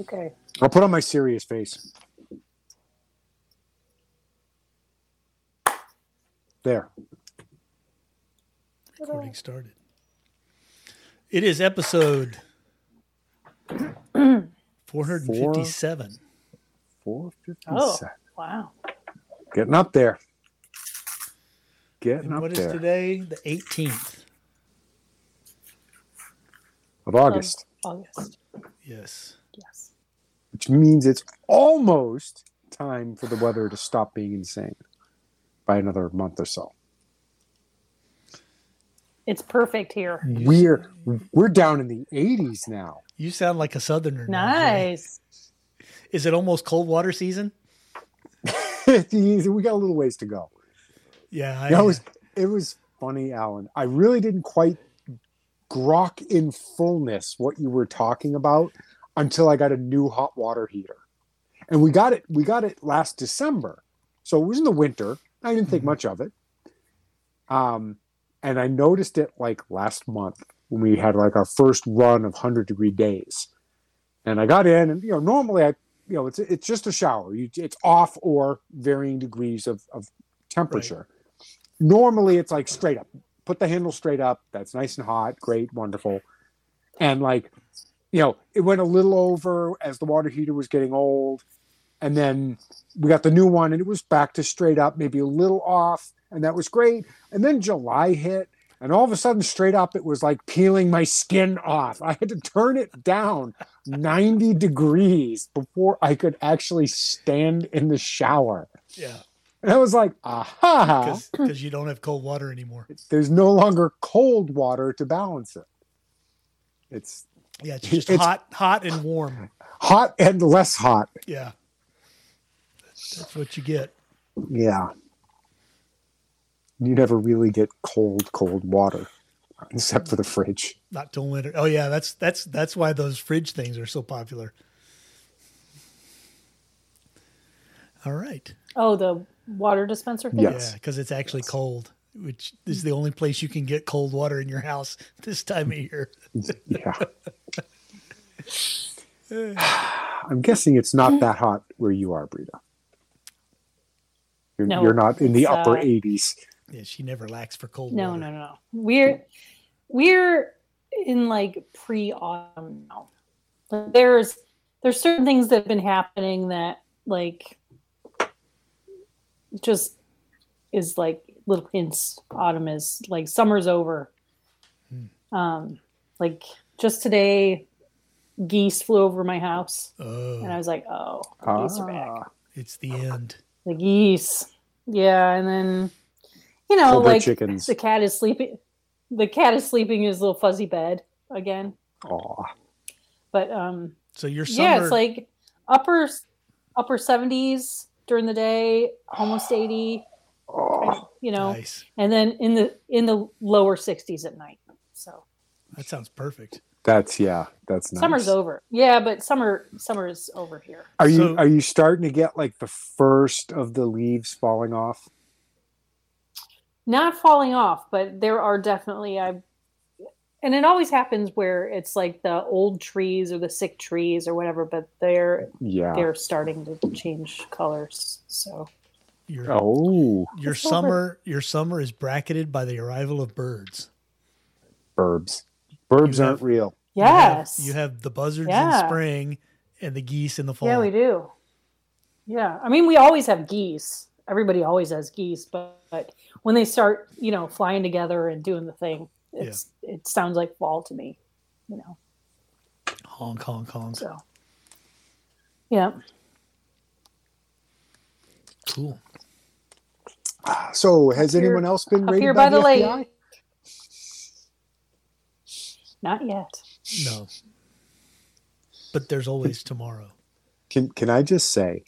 Okay. I'll put on my serious face. There. Recording started. It is episode 457. 457. Oh, wow. Getting up there. Getting And up what is there. today? The 18th. Of Um, August, August. Yes. Yes. which means it's almost time for the weather to stop being insane by another month or so. It's perfect here. We're we're down in the 80s now. You sound like a southerner. now, Jay. Nice. Is it almost cold water season? we got a little ways to go. Yeah. I, That was it was funny, Alan. I really didn't quite grok in fullness what you were talking about until I got a new hot water heater. And we got it we got it last December. So it was in the winter. I didn't think Mhm. much of it. Um and I noticed it like last month when we had like our first run of 100 degree days. And I got in and you know normally I you know it's it's just a shower. You it's off or varying degrees of of temperature. Normally it's like straight up put the handle straight up. That's nice and hot. Great. Wonderful. And like, you know, it went a little over as the water heater was getting old. And then we got the new one and it was back to straight up, maybe a little off. And that was great. And then July hit. And all of a sudden, straight up, it was like peeling my skin off. I had to turn it down 90 degrees before I could actually stand in the shower. yeah. And I was like, aha, Because you don't have cold water anymore. there's no longer cold water to balance it. It's Yeah. It's just It's- hot, hot and warm. hot and less hot. Yeah. That's what you get. Yeah. You never really get cold, cold water, except for the fridge. Not till winter. Oh yeah, that's that's that's why those fridge things are so popular. All right. Oh, the water dispenser thing? Yes. Yeah, because it's actually cold, which is the only place you can get cold water in your house this time of year. Yeah. I'm guessing it's not that hot where you are, Brita. You're, No, you're not in the it's, upper uh, 80s. Yeah, she never lacks for cold No, water. no, no. We're we're in like pre autumn now. Like, There's there's certain things that have been happening that like just is like little hints autumn is like summer's over. Um like just today geese flew over my house Oh, and I was like, Oh, the geese are back. Ah, it's the end. The geese. Yeah, and then you know, Older like chickens. the cat is sleeping. The cat is sleeping in his little fuzzy bed again. aw. But um, So your summer, yeah, it's like upper upper seventies during the day, almost eighty. Aw. You know, nice. and then in the in the lower sixties at night. So That sounds perfect. That's, yeah, that's nice. summer's over. Yeah, but summer summer is over here. Are you So- are you starting to get like the first of the leaves falling off? not falling off, but there are definitely I and it always happens where it's like the old trees or the sick trees or whatever, but they're Yeah. they're starting to change colors. So Your oh, your It's over. summer your summer is bracketed by the arrival of birds. burbs. Burbs You have- aren't real. You have- yes, you have, the buzzards in Yeah. spring and the geese in the fall. yeah, we do. Yeah, I mean, we always have geese. Everybody always has geese, but, but when they start, you know, flying together and doing the thing, it's it sounds like fall to me. You know, Hong Kong, Kong. so yeah. Cool. So, has Up here- anyone else been up raided here by, by the the FBI? lake. Not yet. No. But there's always tomorrow. Can can I just say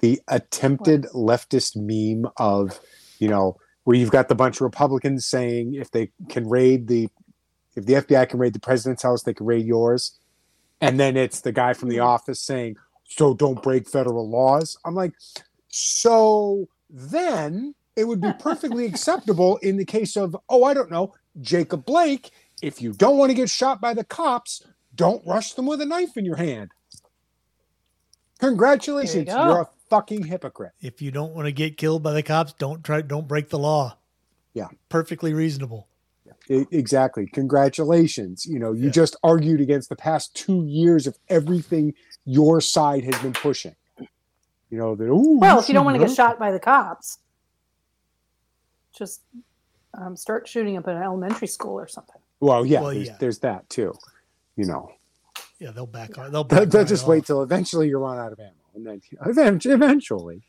the attempted leftist meme of, you know, where you've got the bunch of Republicans saying if they can raid the if the FBI can raid the president's house, they can raid yours. And then it's the guy from the office saying, "So don't break federal laws." I'm like, "So then it would be perfectly acceptable in the case of, oh, I don't know, Jacob Blake, if you don't want to get shot by the cops, don't rush them with a knife in your hand." Congratulations, There you you go. are a fucking hypocrite. If you don't want to get killed by the cops, don't try don't break the law. Yeah. Perfectly reasonable. I- E, exactly. Congratulations. You know, you Yeah. just argued against the past two years of everything your side has been pushing. You know that. Ooh, Well, if you don't should want to get know." shot by the cops, just um, start shooting up in an elementary school or something. Well, yeah, Well, there's, yeah. there's that too. You know, Yeah, they'll back off. They'll, they'll, back they'll right just off. wait till eventually you run out of ammo, and then event- eventually,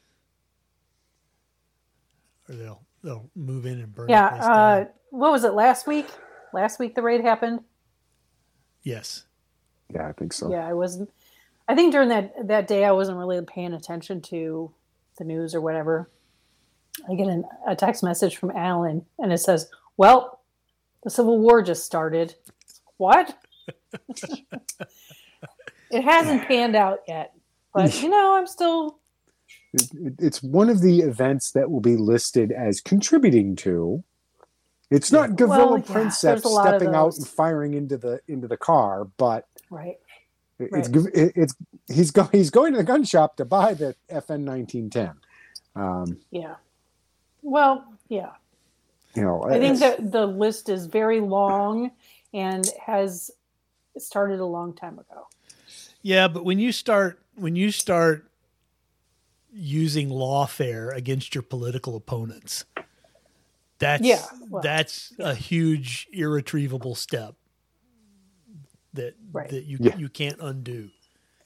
or they'll they'll move in and burn. the yeah. place down. Uh, what was it last week? Last week the raid happened. yes. yeah, I think so. Yeah, I wasn't. I think during that that day, I wasn't really paying attention to the news or whatever. I get an, a text message from Alan, and it says, "Well, the Civil War just started." What? it hasn't panned out yet, but you know, I'm still. It- it- it's one of the events that will be listed as contributing to. It's not Gavilla Well, yeah, Princep there's a lot of stepping out those. and firing into the into the car, but Right. It- Right. It's giv- it- it's he's go, he's going to the gun shop to buy the FN nineteen ten. Um, Yeah. Well, yeah. you know, I think it's- that the list is very long and has started a long time ago. Yeah, but when you start when you start using lawfare against your political opponents, that's Yeah, well, that's a huge irretrievable step that Right. that you Yeah. you can't undo.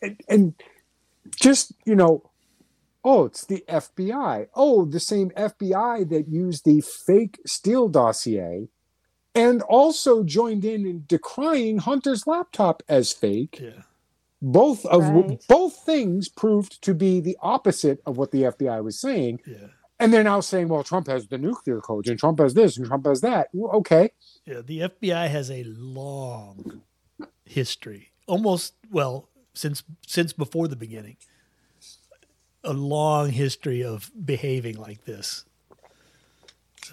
and, and just you know, oh, it's the FBI. Oh, the same FBI that used the fake Steele dossier, and also joined in in decrying Hunter's laptop as fake. Yeah. Both of Right. both things proved to be the opposite of what the FBI was saying. Yeah. And they're now saying, well, Trump has the nuclear codes and Trump has this and Trump has that. Well, Okay. Yeah, the FBI has a long history. Almost well, since since before the beginning. A long history of behaving like this.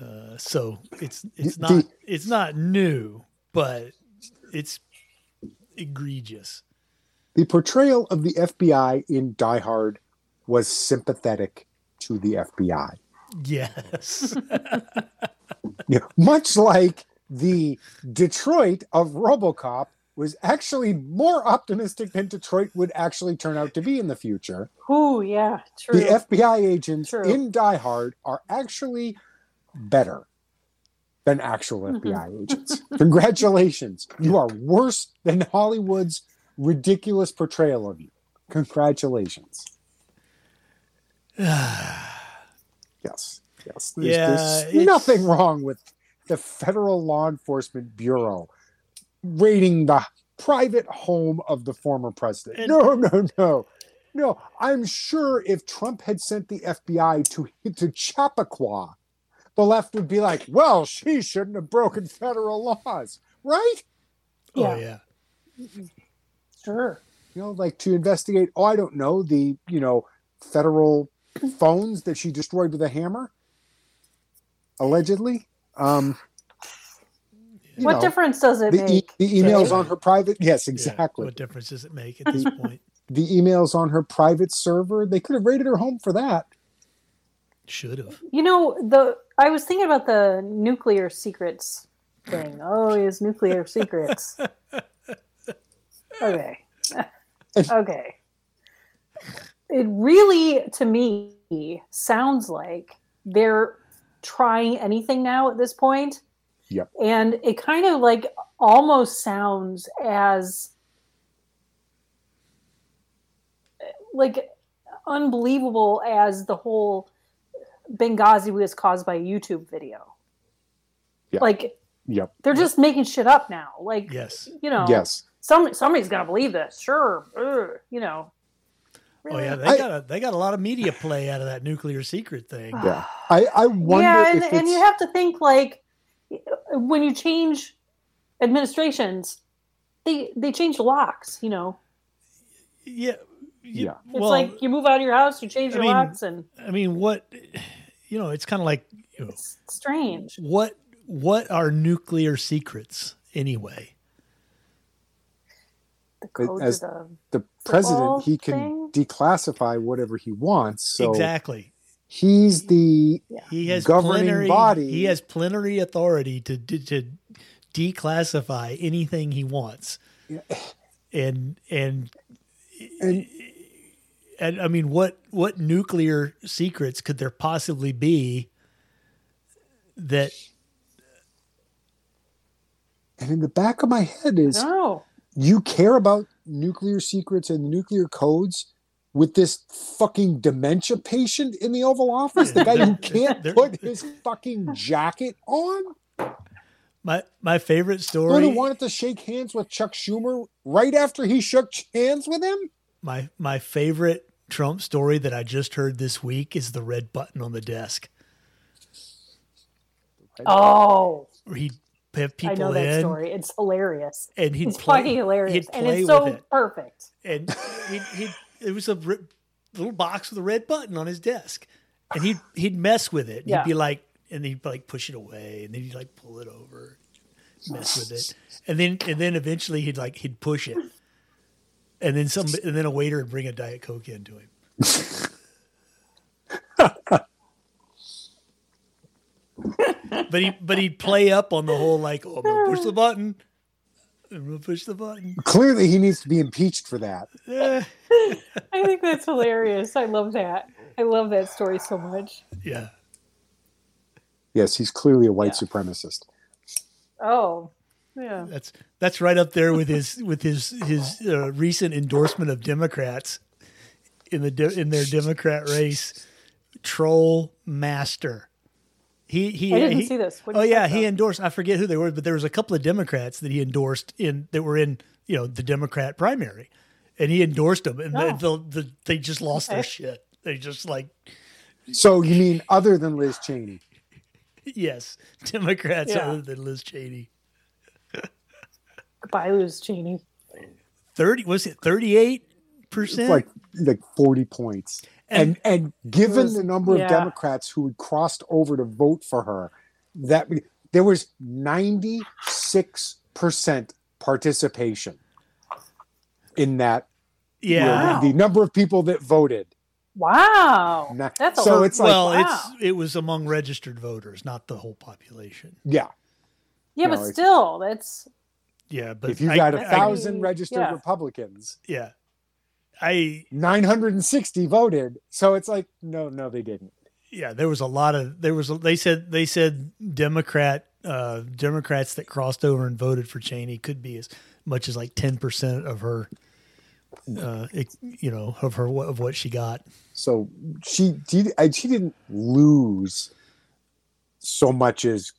Uh, so it's it's Do- not it's not new, but it's egregious. The portrayal of the FBI in Die Hard was sympathetic to the FBI. Yes. Oh, Yeah. Much like the Detroit of Robocop was actually more optimistic than Detroit would actually turn out to be in the future. Ooh, yeah, true. The FBI agents True. in Die Hard are actually better than actual Mm-hmm. FBI agents. Congratulations. You are worse than Hollywood's ridiculous portrayal of you. Congratulations. Yes. Yes. There's, Yeah, there's it's- nothing wrong with the Federal Law Enforcement Bureau raiding the private home of the former president. And- no, no, no. No, I'm sure if Trump had sent the FBI to to Chappaqua, the left would be like, "Well, she shouldn't have broken federal laws, right?" Oh Yeah. yeah. sure. You know, like to investigate. Oh, I don't know the you know federal phones that she destroyed with a hammer, allegedly. Um, you What know. difference does it the, e- make? the emails Right. on her private yes Yeah. exactly What difference does it make at this point? the emails on her private server they could have raided her home for that Should have. You know, the I was thinking about the nuclear secrets thing. Oh, is nuclear secrets. Okay. okay. It really to me sounds like they're trying anything now at this point. Yep. And it kind of like almost sounds as like unbelievable as the whole Benghazi was caused by a YouTube video. Yeah. Like yep they're just making shit up now. Like Yes. you know, yes some somebody's gonna believe this. Sure, Ugh, you know. Oh yeah, they I- got a they got a lot of media play out of that nuclear secret thing. yeah i i wonder yeah, and, if and it's you have to think like when you change administrations, they they change locks. You know, Yeah. you- Yeah. it's like you move out of your house, you change I your mean, locks, and I mean, what you know, it's kind of like you know, it's strange. what what are nuclear secrets anyway? the code as to the president Football he can thing? declassify whatever he wants so exactly. he's the He has governing plenary, body. He has plenary authority to de- to declassify anything he wants, Yeah. and and and and I mean, what what nuclear secrets could there possibly be that and in the back of my head the is no. you care about nuclear secrets and nuclear codes with this fucking dementia patient in the Oval Office, the guy who can't They're- put his fucking jacket on? my my favorite The one story who wanted to shake hands with Chuck Schumer right after he shook hands with him? my my favorite Trump story that I just heard this week is the red button on the desk. Oh, Where he'd have I know people that in story. It's hilarious. and he'd It's play, fucking hilarious, he'd and play it's so with it. perfect. and he'd, he'd, it was a ri- little box with a red button on his desk, and he'd he'd mess with it. Yeah. He'd be like, and he'd like push it away, and then he'd like pull it over, mess with it, and then and then eventually he'd like he'd push it, and then some and then a waiter would bring a diet coke in to him. but he but he'd play up on the whole like, oh, I'm gonna push the button. I'm gonna push the button. Clearly, he needs to be impeached for that. Eh. I think that's hilarious. I love that. I love that story so much. Yeah. Yes, he's clearly a white Yeah. supremacist. Oh, yeah. That's that's right up there with his with his his uh, recent endorsement of Democrats in the de- in their Democrat race. Troll master. He he. I didn't he- see this. What Oh did you yeah, talk he about? endorsed. I forget who they were, but there was a couple of Democrats that he endorsed in that were in you know the Democrat primary, and he endorsed them, and Oh. the, the, the, they just lost their Okay. shit. They just like So, you mean other than Liz Cheney? yes, Democrats Yeah. other than Liz Cheney. Goodbye, Liz Cheney. Thirty was it thirty eight It's percent? like like 40 points. and and given was- the number of yeah. Democrats who had crossed over to vote for her, that there was ninety six percent participation in that. yeah, Wow. the number of people that voted. Wow. Na- That's a so lot. it's like well, Wow. it's it was among registered voters, not the whole population. yeah, yeah, no, but it's- still, that's Yeah, but if you I- got a I- thousand registered yeah. Republicans, yeah, I nine hundred and sixty voted. So it's like no, no, they didn't. yeah, there was a lot of there was they said they said Democrat uh, Democrats that crossed over and voted for Cheney could be as much as like ten percent of her, uh, ex- you know, of her of what she got. So she did. I- She didn't lose so much as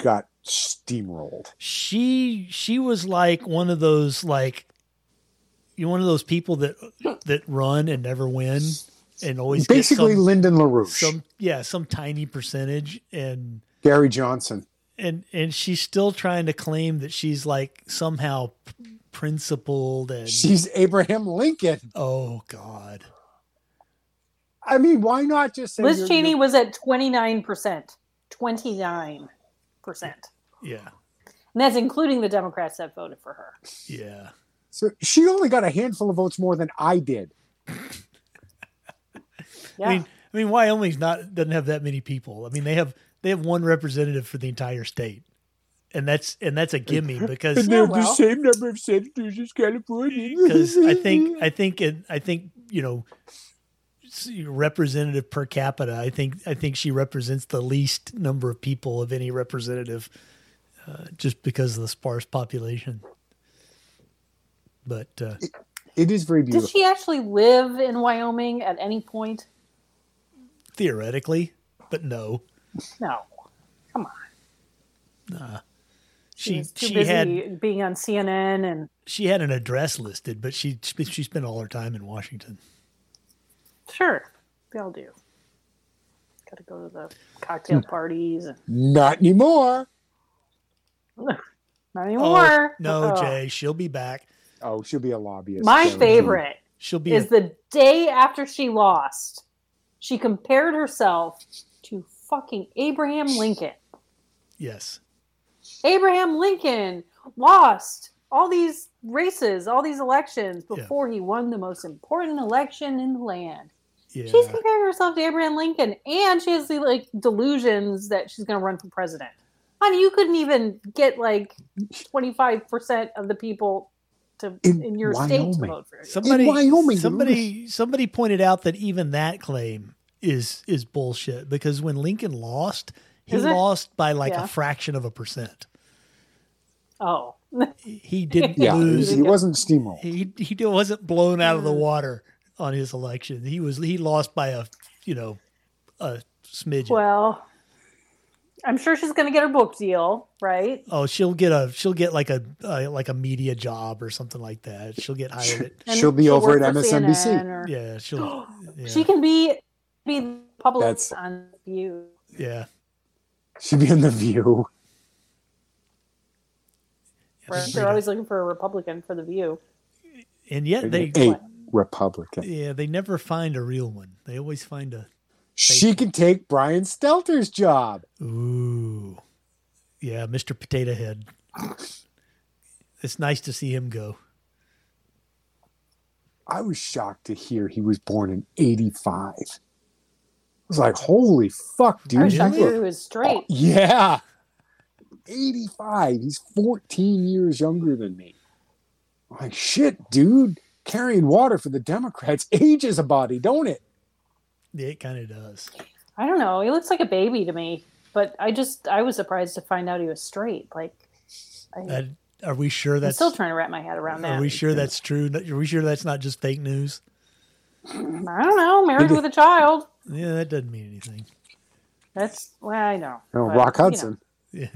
got steamrolled. she she was like one of those like you know, one of those people that that run and never win and always get basically some, Lyndon LaRouche, some yeah some tiny percentage and Gary Johnson. and and she's still trying to claim that she's like somehow p- principled and She's Abraham Lincoln. oh god I mean, why not just say Liz you're- Cheney you're- was at twenty nine percent. Twenty nine percent. yeah And that's including the Democrats that voted for her. yeah so she only got a handful of votes more than I did. Yeah. I mean I mean Wyoming's not doesn't have that many people I mean they have they have one representative for the entire state and that's and that's a gimme because And they have the well. same number of senators as California. because I think I think it, I think you know s- representative per capita. I think I think she represents the least number of people of any representative, uh, just because of the sparse population. But uh, it is very Did beautiful. she actually live in Wyoming at any point? theoretically, but no, No. She, she was too she busy had being on CNN and she had an address listed, but she she spent all her time in Washington. sure, they all do. Got to go to the cocktail Hmm. parties and Not anymore. not anymore. Oh, no, Oh. Jay, she'll be back. Oh, she'll be a lobbyist. My so she- favorite She'll be is the day after she lost. She compared herself to fucking Abraham Lincoln. yes. Abraham Lincoln lost all these races, all these elections before he won the most important election in the land. Yeah. She's comparing herself to Abraham Lincoln, and she has the like delusions that she's going to run for president. Honey, you couldn't even get like twenty five percent of the people to in, In your state to Wyoming. vote for you. somebody, In Wyoming, you somebody, somebody pointed out that even that claim is is bullshit because when Lincoln lost, he Is it? lost by like Yeah. a fraction of a percent. Oh, He didn't Yeah, lose. he, he wasn't steamrolled. He he wasn't blown out of the water on his election. He was he lost by a you know a smidgen. well, I'm sure she's going to get her book deal, right? Oh, she'll get a she'll get like a uh, like a media job or something like that. She'll get hired. at- And She'll be she'll over work at for MSNBC. CNN or- yeah, she'll yeah, She can be be public That's- on you. yeah. She'd be in the View. Where Just they're like- always looking for a Republican for the View. and yet they a Republican. yeah they never find a real one. They always find a She could take Brian Stelter's job. ooh yeah Mr. Potato Head. It's nice to see him go. I was shocked to hear he was born in '85. I was like, "Holy fuck, dude!" I was you shocked to look hear he was straight. Yeah. 85. He's 14 years younger than me. Like, shit, dude. Carrying water for the Democrats ages a body, don't it? Yeah, it kind of does. I don't know. He looks like a baby to me, but I just I was surprised to find out he was straight. Like, I, That, are we sure I'm that's still trying to wrap my head around that. Are we sure that's true? Are we sure that's not just fake news? I don't know. Married with a child. Yeah, that doesn't mean anything. That's well, I know. No, but, Oh, Rock you know. Hudson. Yeah.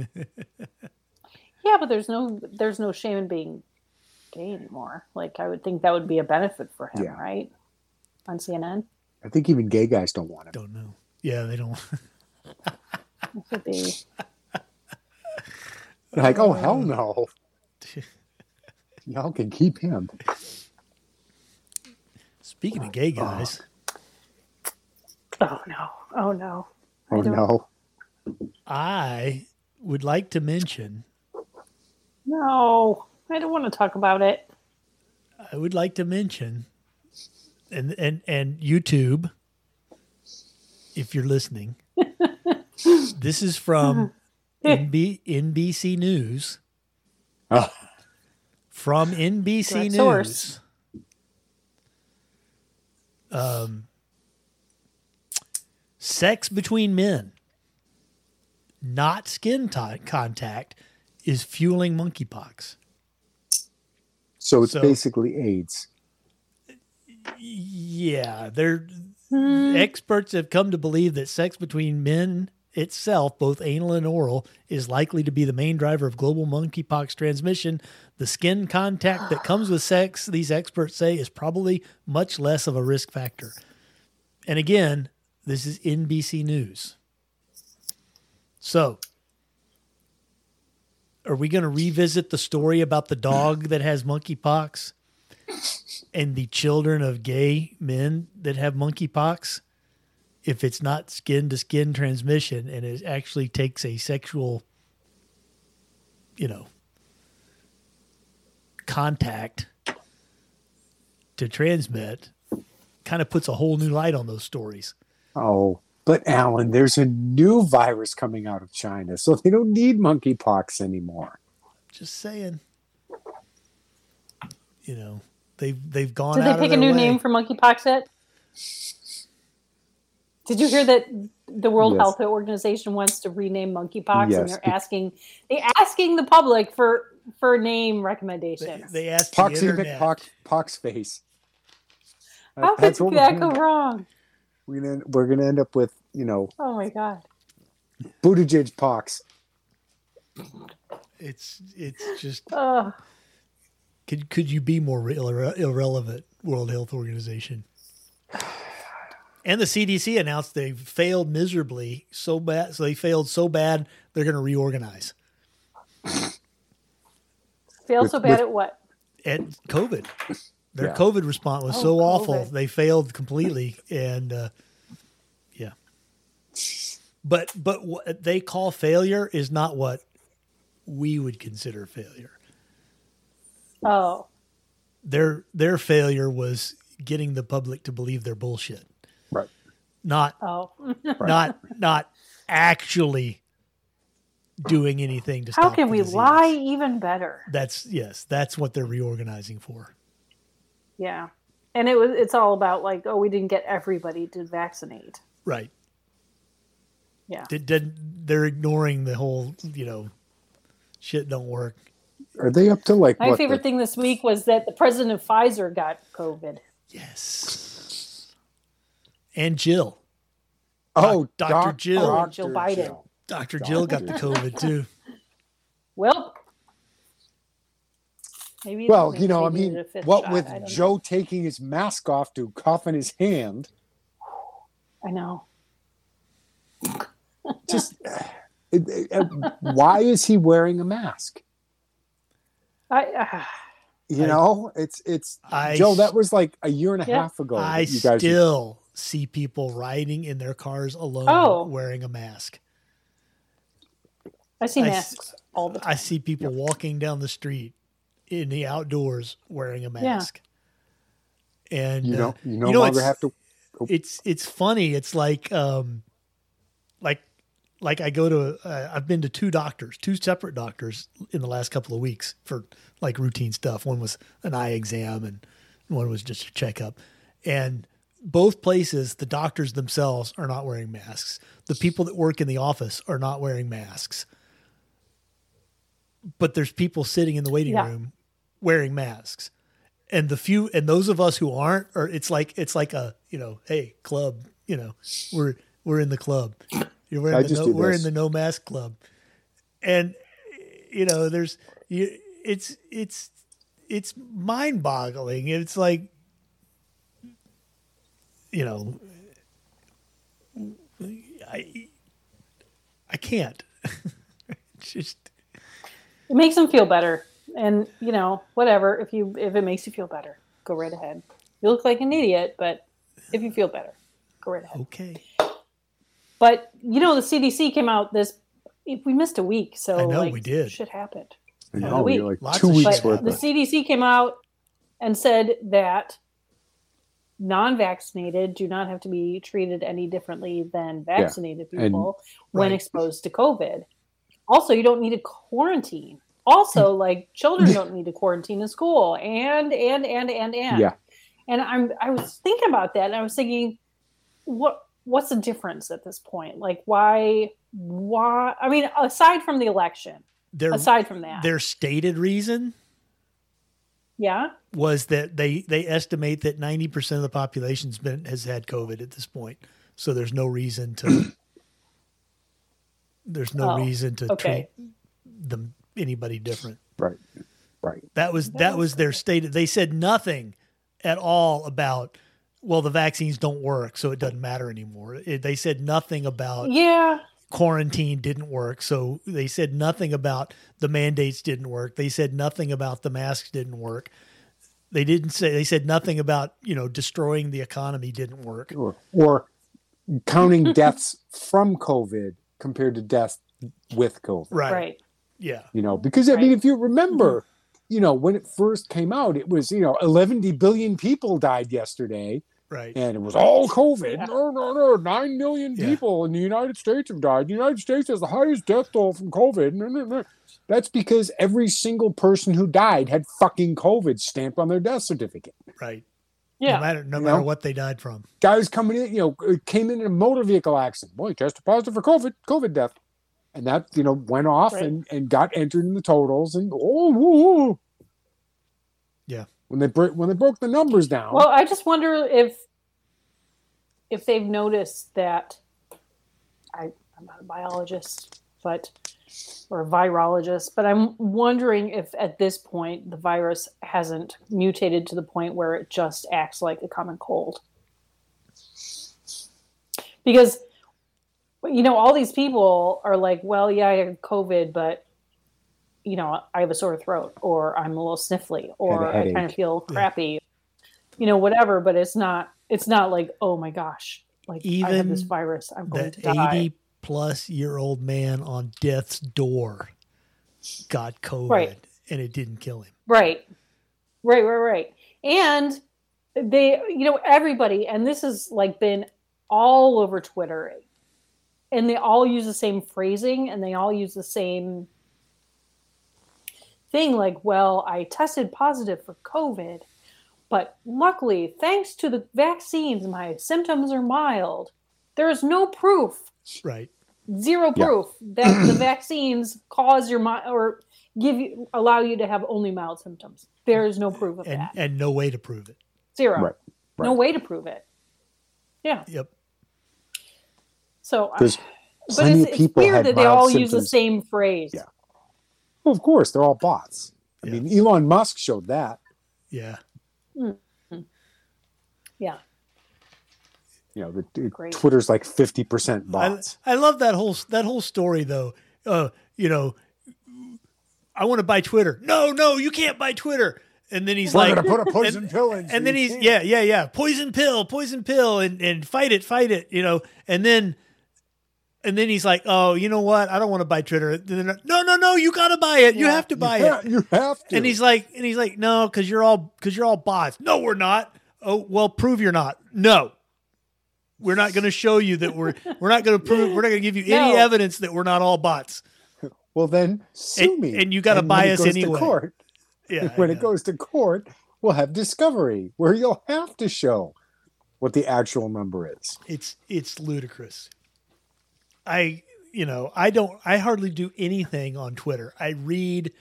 Yeah, but there's no there's no shame in being gay anymore. Like I would think that would be a benefit for him, Yeah. right? On CNN, I think even gay guys don't want him. Don't know. Yeah, they don't. it could be. They're like, oh, hell no. Y'all can keep him. Speaking of gay guys, Oh no! Oh no! Oh, don't- no. I would like to mention. No! I don't want to talk about it. I would like to mention, and and and YouTube, if you're listening, this is from NB, NBC News. Oh. From NBC Direct News. source. Um, sex between men, not skin ti- contact, is fueling monkeypox. So it's So- basically AIDS. Yeah, they're experts have come to believe that sex between men itself, both anal and oral, is likely to be the main driver of global monkeypox transmission. The skin contact that comes with sex, these experts say, is probably much less of a risk factor. And again, this is NBC News. So, are we going to revisit the story about the dog that has monkeypox? and the children of gay men that have monkeypox, if it's not skin to skin transmission and it actually takes a sexual, you know, contact to transmit, kind of puts a whole new light on those stories. Oh, but Alan, there's a new virus coming out of China, so they don't need monkeypox anymore. Just saying, you know, they've they've gone. Did out they of pick a their new way. name for monkeypox yet? Did you hear that the World Yes. Health Organization wants to rename monkeypox, and Yes. they're asking they asking the public for for name They, recommendations? they asked the Poxemic internet. pox, pox face. How could That's what we're that go doing. wrong? We're gonna we're gonna end up with you know Oh my god! Buttigieg pox. It's it's just Ugh. Could could you be more irre- irrelevant, World Health Organization? And the CDC announced they failed miserably, so bad. So they failed so bad they're going to reorganize Fail With- so bad with- at what? at COVID. Their Yeah. COVID response was Oh, so awful COVID. they failed completely, and uh, yeah. But but what they call failure is not what we would consider failure. Oh, Their their failure was getting the public to believe their bullshit. Right. Not oh. not not actually doing anything to How stop can the we disease. lie even better? That's yes, that's what they're reorganizing for. Yeah. And it was it's all about like, oh, we didn't get everybody to vaccinate. Right. Yeah. Did, did, they're ignoring the whole, you know, shit don't work. Are they up to like My what, favorite the- thing this week was that the president of Pfizer got COVID. Yes. And Jill. Oh, Doc- Dr. Jill. Oh, Jill Biden. Dr. Jill got the COVID too. Well, maybe Well, maybe you know, I they mean, needed a fifth what shot. with I don't know. Joe taking his mask off to cough in his hand, I know. just it- it- it- why is he wearing a mask? I uh, You I- know, it's it's I Joe. That was like a year and a Yeah. half ago. I that you guys were- still see people riding in their cars alone Oh. wearing a mask. I see I s- masks all the time. I see people walking down the street in the outdoors wearing a mask. And you uh, know you no you know, longer have it's- to. it's it's funny. It's like um, like like I go to uh, I've been to two doctors, two separate doctors in the last couple of weeks for like routine stuff. One was an eye exam and one was just a checkup. And both places, the doctors themselves are not wearing masks. The people that work in the office are not wearing masks. But there's people sitting in the waiting Yeah. room wearing masks and the few and those of us who aren't are it's like it's like a you know hey club you know we're we're in the club you're I wearing the just no, do we're this. in the no mask club and you know there's you it's it's it's mind boggling it's like you know i i can't It's just It makes them feel better, and you know, whatever. If you if it makes you feel better, go right ahead. You look like an idiot, but if you feel better, go right ahead. okay But you know, the CDC came out this. If we missed a week, so I know, like, we did. Shit happened. You Yeah. know, We- you're like Lots two of weeks But shit worth. the Of, happened. CDC came out and said that non-vaccinated do not have to be treated any differently than vaccinated and- people when right. exposed to COVID. Also, you don't need to quarantine. Also, Mm. like children don't need to quarantine in school, and and and and and yeah, and I'm I was thinking about that, and I was thinking, what what's the difference at this point? Like, why why? I mean, aside from the election, their aside from that, their stated reason yeah, was that they they estimate that 90% of the population's been has had covid at this point so there's no reason to there's no Oh, reason to okay. treat them anybody different right, right. that was that was their stated they said nothing at all about well the vaccines don't work so it doesn't matter anymore It- they said nothing about yeah, quarantine didn't work. So they said nothing about the mandates didn't work. They said nothing about the masks didn't work. They didn't say they said nothing about, you know, destroying the economy didn't work. Or, or counting deaths from COVID compared to deaths with COVID. Right. right. Yeah. you know because i mean Right. Mm-hmm. if you remember you know when it first came out it was you know 11 billion people died yesterday Right. and it was all covid Yeah. no no no 9 million Yeah. people in the united states have died the united states has the highest death toll from covid no no no that's because every single person who died had fucking covid stamped on their death certificate Right. No Yeah. matter no You matter know? what they died from. guys coming in you know uh, came in in a motor vehicle accident boy tested positive for covid covid death and that you know went off Right. and, and got entered in the totals and oh woo, woo. Yeah. when they bro- when they broke the numbers down Well, I just wonder if if they've noticed that I, I'm not a biologist, but or a virologist, but I'm wondering if at this point the virus hasn't mutated to the point where it just acts like a common cold. Because you know, all these people are like, well, yeah, I had COVID, but you know, I have a sore throat or I'm a little sniffly or I kind of headache. feel Yeah. crappy you know whatever but it's not it's not like oh my gosh like i have this Even virus i'm going That to die 80 plus year old man on death's door got COVID Right. and it didn't kill him. right Right, right, right. And they, you know, everybody, and this has like been all over Twitter, and they all use the same phrasing and they all use the same thing like, well, I tested positive for COVID, but luckily, thanks to the vaccines, my symptoms are mild. There is no proof, Right. zero Yeah. proof that the vaccines cause your mi or give you allow you to have only mild symptoms. There is no proof of And that. and no way to prove it. Zero. Right, No right. way to prove it. Yeah. Yep. So I- There's but plenty it's, of it's people weird had that they mild all use the symptoms. same phrase. Yeah. Well, of course, they're all bots. I Yeah. mean, Elon Musk showed that. Yeah. Yeah. You know, the, the Great. Twitter's like fifty percent I, bots. I love that whole that whole story though. Uh, you know, I want to buy Twitter. No, no, you can't buy Twitter. And then he's We're like, gonna put a poison and- pill in. so and then you he's can't. yeah, yeah, yeah, poison pill, poison pill, and and fight it, fight it, you know. And then, and then he's like, oh, you know what? I don't want to buy Twitter. And then, no, no, no, you gotta buy it. You Yeah. have to buy yeah, it. You have to. And he's like, and he's like, no, because you're all because you're all bots. No, we're not. Oh, well, prove you're not. No, we're not going to show you that we're we're not going to prove we're not going to give you any No. evidence that we're not all bots. well, then sue And- me. and you gotta when buy it us goes to anyway. court- Yeah, when I it know. goes to court, we'll have discovery where you'll have to show what the actual number is. it's it's ludicrous. I you know I don't I hardly do anything on Twitter. I read.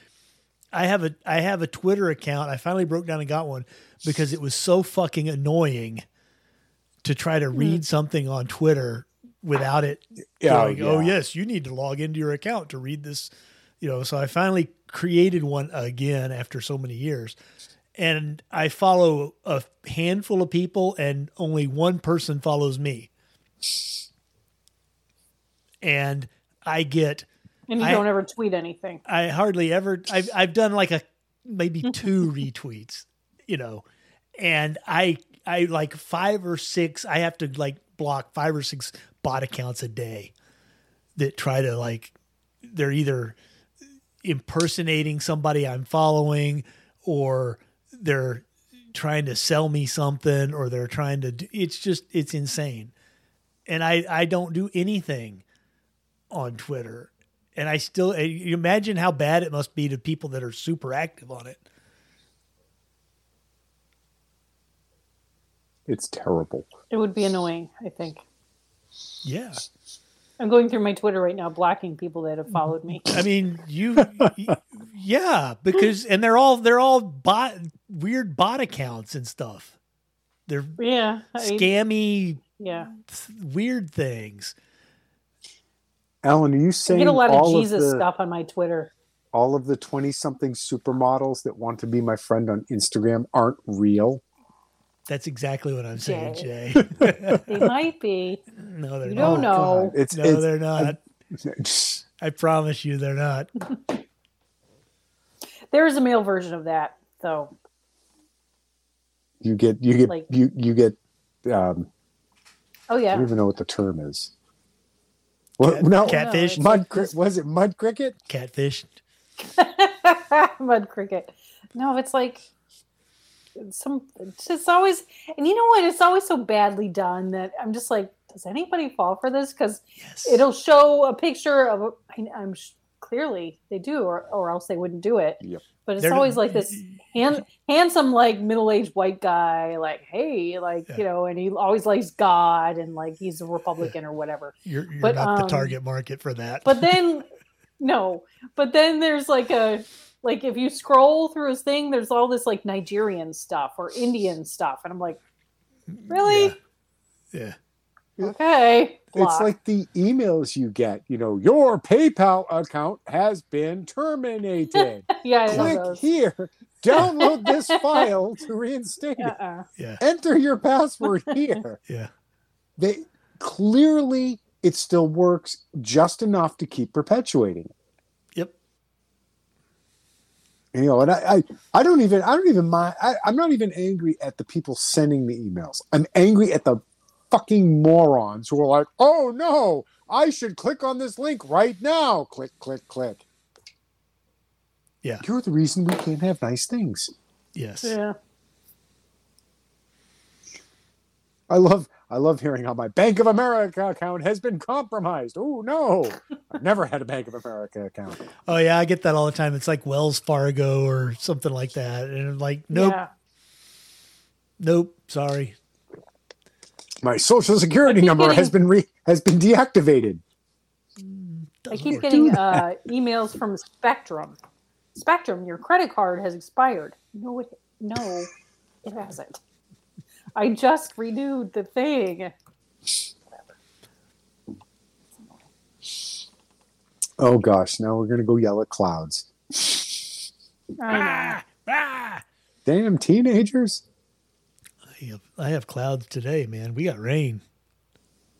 I have a I have a Twitter account. I finally broke down and got one because it was so fucking annoying to try to read something on Twitter without it going, oh yes, you need to log into your account to read this, you know. So I finally created one again after so many years, and I follow a handful of people, and only one person follows me, and I get And you I- don't ever tweet anything. I hardly ever I've I've done like a maybe two retweets, you know, and I I like five or six I have to like block five or six bot accounts a day that try to like they're either impersonating somebody I'm following or they're trying to sell me something or they're trying to do, it's just it's insane. And I I don't do anything on Twitter. And I still and you imagine how bad it must be to people that are super active on it. It's terrible. It would be annoying, I think. Yeah. I'm going through my Twitter right now, blocking people that have followed me. I mean, you y- yeah, because and they're all they're all bot weird bot accounts and stuff. They're Yeah. I- scammy yeah. th- weird things. Alan, are you I saying get a lot of all Jesus the, stuff on my Twitter. all of the 20 something supermodels that want to be my friend on Instagram aren't real? That's exactly what I'm saying, Jay. They might be. no, they're You not. don't know. It's, Oh, No, it's they're not. I promise you, they're not. There is a male version of that, though. you get you get Like- you you get um, Oh, I don't yeah. even know what the term is. What Cat- no catfish, No, mud cri- was it mud cricket? catfish. Mud cricket. No, it's like it's some. It's just always, and you know what? It's always so badly done that I'm just like, does anybody fall for this? Because Yes. it'll show a picture of. A, I, I'm sh- clearly they do, or or else they wouldn't do it. Yep. But it's They're- always like this hand, handsome, like middle-aged white guy, like hey, like Yeah. you know, and he always likes God and like he's a Republican or whatever. You're, you're But, not um, the target market for that. but then no but then there's like a like if you scroll through his thing there's all this like nigerian stuff or indian stuff and i'm like really yeah. okay It's block. like the emails you get, you know, your PayPal account has been terminated. yeah I know Click those. here. Download this file to reinstate it. Uh-uh. yeah, Enter your password here. yeah, They clearly it still works just enough to keep perpetuating it. yep. You know, and I, I, I don't even I don't even mind I, I'm not even angry at the people sending the emails. I'm angry at the fucking morons who are like, oh no, I should click on this link right now. Click, click, click. Yeah. You're the reason we can't have nice things. Yes. Yeah. I love I love hearing how my Bank of America account has been compromised. Oh no, I've never had a Bank of America account. Oh yeah, I get that all the time. It's like Wells Fargo or something like that, and I'm like, nope, Yeah. nope, sorry. My Social Security I keep number has getting- been re, has been deactivated. I Doesn't keep work. getting uh, emails from Spectrum. Spectrum, your credit card has expired. No, it no, it hasn't. I just renewed the thing. Oh gosh, now we're gonna go yell at clouds. I know. Ah! Damn teenagers. I have, I have clouds today, man. We got rain.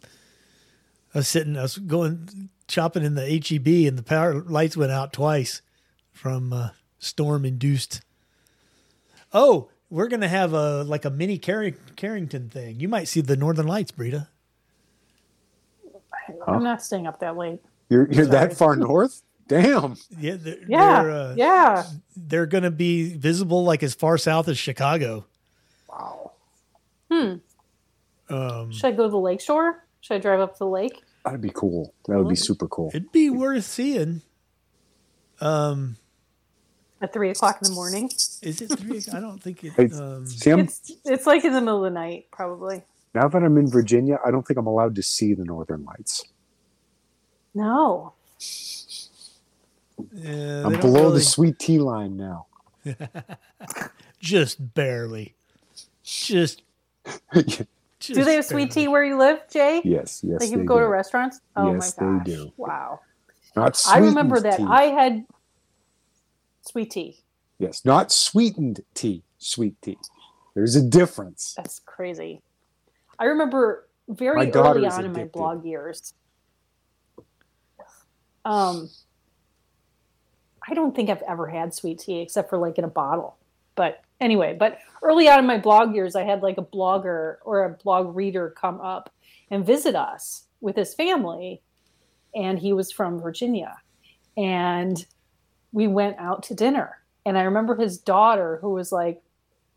I was sitting, I was going shopping in the HEB, and the power lights went out twice from uh, storm induced. Oh, we're gonna have a like a mini Carri- Carrington thing. You might see the Northern Lights, Brita. Huh? I'm not staying up that late. You're you're Sorry. that far north? Damn. Yeah, they're, Yeah, they're, uh, yeah. they're gonna be visible like as far south as Chicago. Wow. Hmm. Um, Should I go to the lake shore? Should I drive up to the lake? That'd be cool. That would be super cool. it'd be worth seeing. Um, At three o'clock in the morning. Is it three? I don't think Hey, it. Um, See, I'm, It's it's like in the middle of the night, probably. now that I'm in Virginia, I don't think I'm allowed to see the Northern Lights. No. yeah, I'm they don't below really- the sweet tea line now. just barely, just. just Do they have sweet barely. tea where you live, Jay? Yes, yes. like you they go do. to restaurants? Oh Yes, they my gosh. do. Wow. Not I sweetened remember that. tea. I had sweet tea. yes, not sweetened tea. Sweet tea. There's a difference. That's crazy. I remember My very daughter early is on in my addicted. blog years. Um, I don't think I've ever had sweet tea except for like in a bottle. But anyway, but early on in my blog years, I had like a blogger or a blog reader come up and visit us with his family, and he was from Virginia, and we went out to dinner. And I remember his daughter, who was like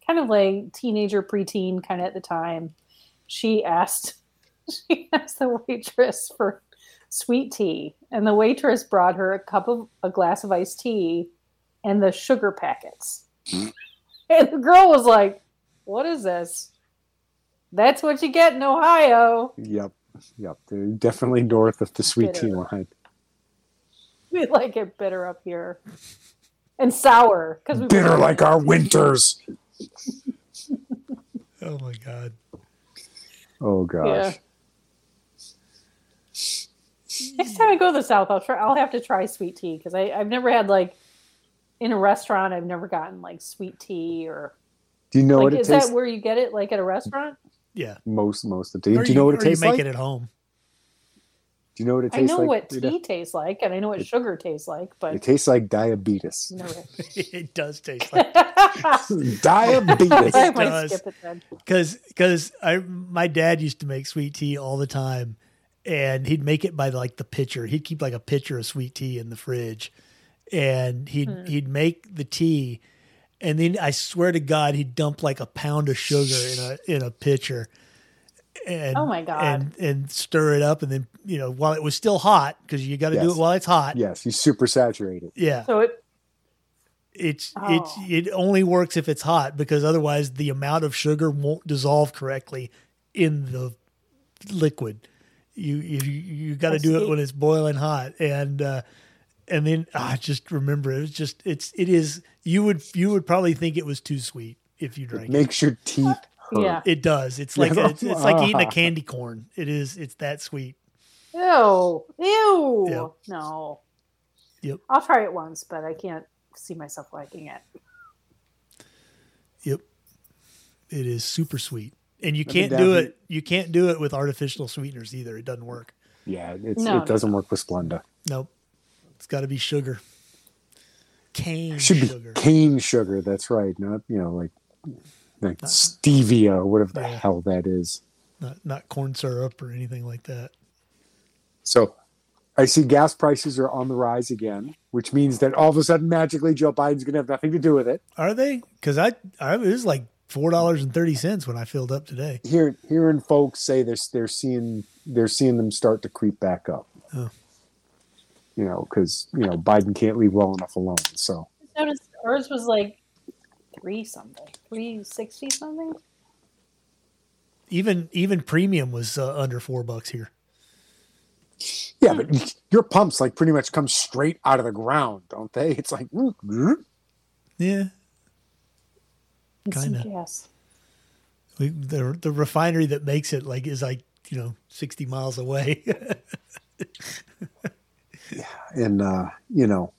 kind of like teenager preteen kind of at the time she asked she asked the waitress for sweet tea and the waitress brought her a cup of a glass of iced tea and the sugar packets and the girl was like what is this that's what you get in ohio Yep, yep. They're definitely north of the sweet Bitter. tea line. we like it bitter up here and sour because we Bitter like our winters. Oh my god! Oh gosh. Next time I go to the South, I'll try. I'll have to try sweet tea because I I've never had like in a restaurant. I've never gotten like sweet tea or Do you know like what it is tastes? that where you get it like at a restaurant? Yeah. most most of the time. Or Do you know what it or tastes make like? it at home. Do you know what it I tastes know like? what tea Rita? tastes like and I know what It- sugar tastes like, It but tastes like diabetes. never. it does taste like I diabetes. It might does. skip it then. because because I my dad used to make sweet tea all the time, and he'd make it by like the pitcher. He'd keep like a pitcher of sweet tea in the fridge, and he'd Hmm. he'd make the tea, and then I swear to God he'd dump like a pound of sugar in a in a pitcher, and Oh my God. and and stir it up, and then you know while it was still hot because you got to do Yes. it while it's hot. yes, you super saturate it. Yeah, So it it's Oh. it's it only works if it's hot because otherwise the amount of sugar won't dissolve correctly in the liquid. You you you got I to do see. it when it's boiling hot and uh, and then ah, I just remember it was just it's it is you would you would probably think it was too sweet if you It drank it. makes your teeth hurt. yeah. It does. It's like Yeah. it's, it's like eating a candy corn. It is. It's that sweet. Ew. Ew. Yep. No. Yep. I'll try it once, but I can't see myself liking it. Yep. It is super sweet. And you Let me can't down do it. You can't do it with artificial sweeteners either. It doesn't work. Yeah, it's, No, it doesn't work with Splenda. Nope. It's got to be sugar. Cane It should be sugar. cane sugar. That's right. Not you know like like stevia or whatever the Yeah. hell that is. Not not corn syrup or anything like that. So I see gas prices are on the rise again, which means that all of a sudden, magically, Joe Biden's going to have nothing to do with it. Are they? Because I, I it was like four dollars and thirty cents when I filled up today. Hearing hearing folks say they're they're seeing they're seeing them start to creep back up. Oh. You know, because you know Biden can't leave well enough alone. So I noticed ours was like three something, three sixty something. Even even premium was uh, under four bucks here. yeah, but your pumps like pretty much come straight out of the ground, don't they? It's like Yeah, And some Kinda. gas. we, the the refinery that makes it like is like you know sixty miles away. and uh, you know.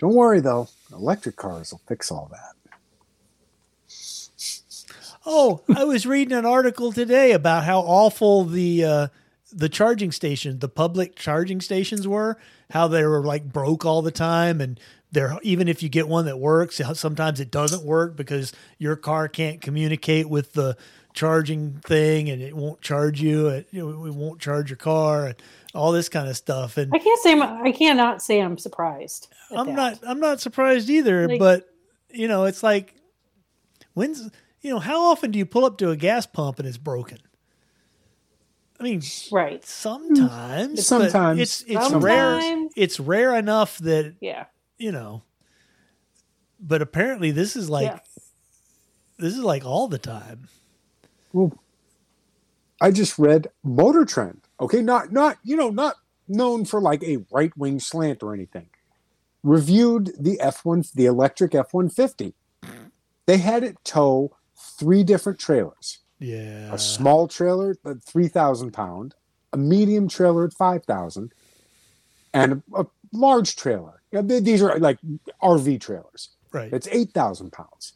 Don't worry though, electric cars will fix all that. Oh, I was reading an article today about how awful the uh, the charging station, the public charging stations were. How they were like broke all the time, and they're even if you get one that works, how sometimes it doesn't work because your car can't communicate with the charging thing, and it won't charge you. It, you know, it won't charge your car, and all this kind of stuff. And I can't say I'm, I cannot say I'm surprised. at I'm that. not I'm not surprised either, Like- but you know, it's like when's you know, how often do you pull up to a gas pump and it's broken? I mean, right. sometimes, but Sometimes. it's it's rare. Sometimes. It's rare enough that Yeah. you know. But apparently, this is like yeah. this is like all the time. Well, I just read Motor Trend. Okay, not not you know not known for like a right wing slant or anything. Reviewed the F one the electric F one fifty. They had it tow three different trailers: Yeah, a small trailer, at three thousand pound, a medium trailer at five thousand, and a, a large trailer. You know, th- these are like RV trailers. right. It's eight thousand pounds.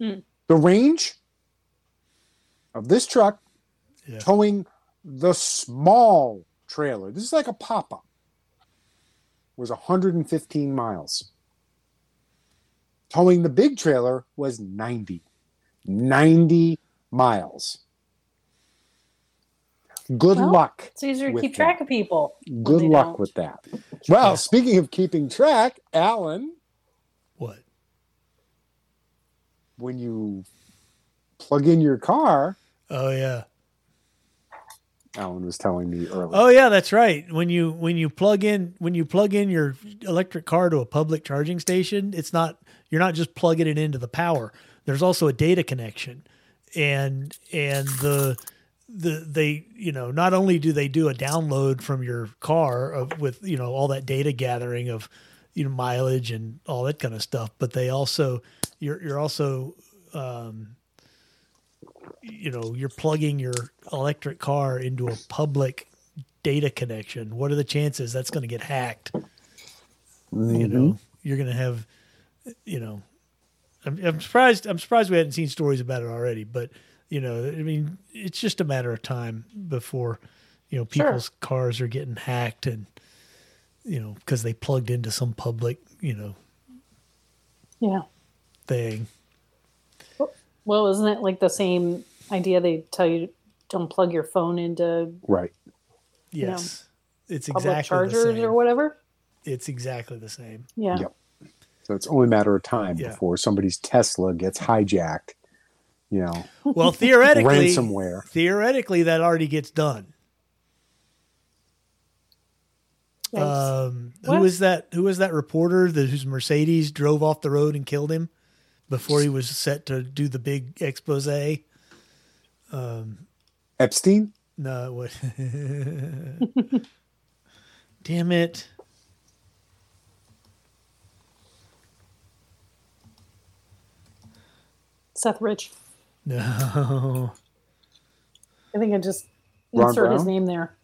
Hmm. The range of this truck Yeah. towing the small trailer. This is like a pop up. Was 115 miles. Towing the big trailer was 90. 90 miles. Good Well, luck. It's easier to with keep that. track of people. Good they luck don't. with that. Well, Yeah. speaking of keeping track, Alan, What? when you plug in your car, Oh yeah. Alan was telling me earlier. Oh yeah, that's right. When you when you plug in when you plug in your electric car to a public charging station, it's not you're not just plugging it into the power. There's also a data connection, and and the the they you know not only do they do a download from your car of, with you know all that data gathering of you know mileage and all that kind of stuff, but they also you're you're also um, you know you're plugging your electric car into a public data connection what are the chances that's going to get hacked you Mm-hmm. know you're going to have you know I'm, I'm surprised i'm surprised we hadn't seen stories about it already but you know i mean it's just a matter of time before you know Sure. people's cars are getting hacked and you know because they plugged into some public you know Yeah. thing Well, isn't it like the same idea they tell you don't plug your phone into Right. You know, yes it's public exactly the chargers same or whatever? it's exactly the same Yeah. Yep. So it's only a matter of time Yeah. before somebody's Tesla gets hijacked, you know, well theoretically ransomware. theoretically that already gets done Nice. um who What? was that who was that reporter that whose mercedes drove off the road and killed him before he was set to do the big expose Epstein? no it was damn it Seth Rich. no I think I just Ron insert his Brown? name there.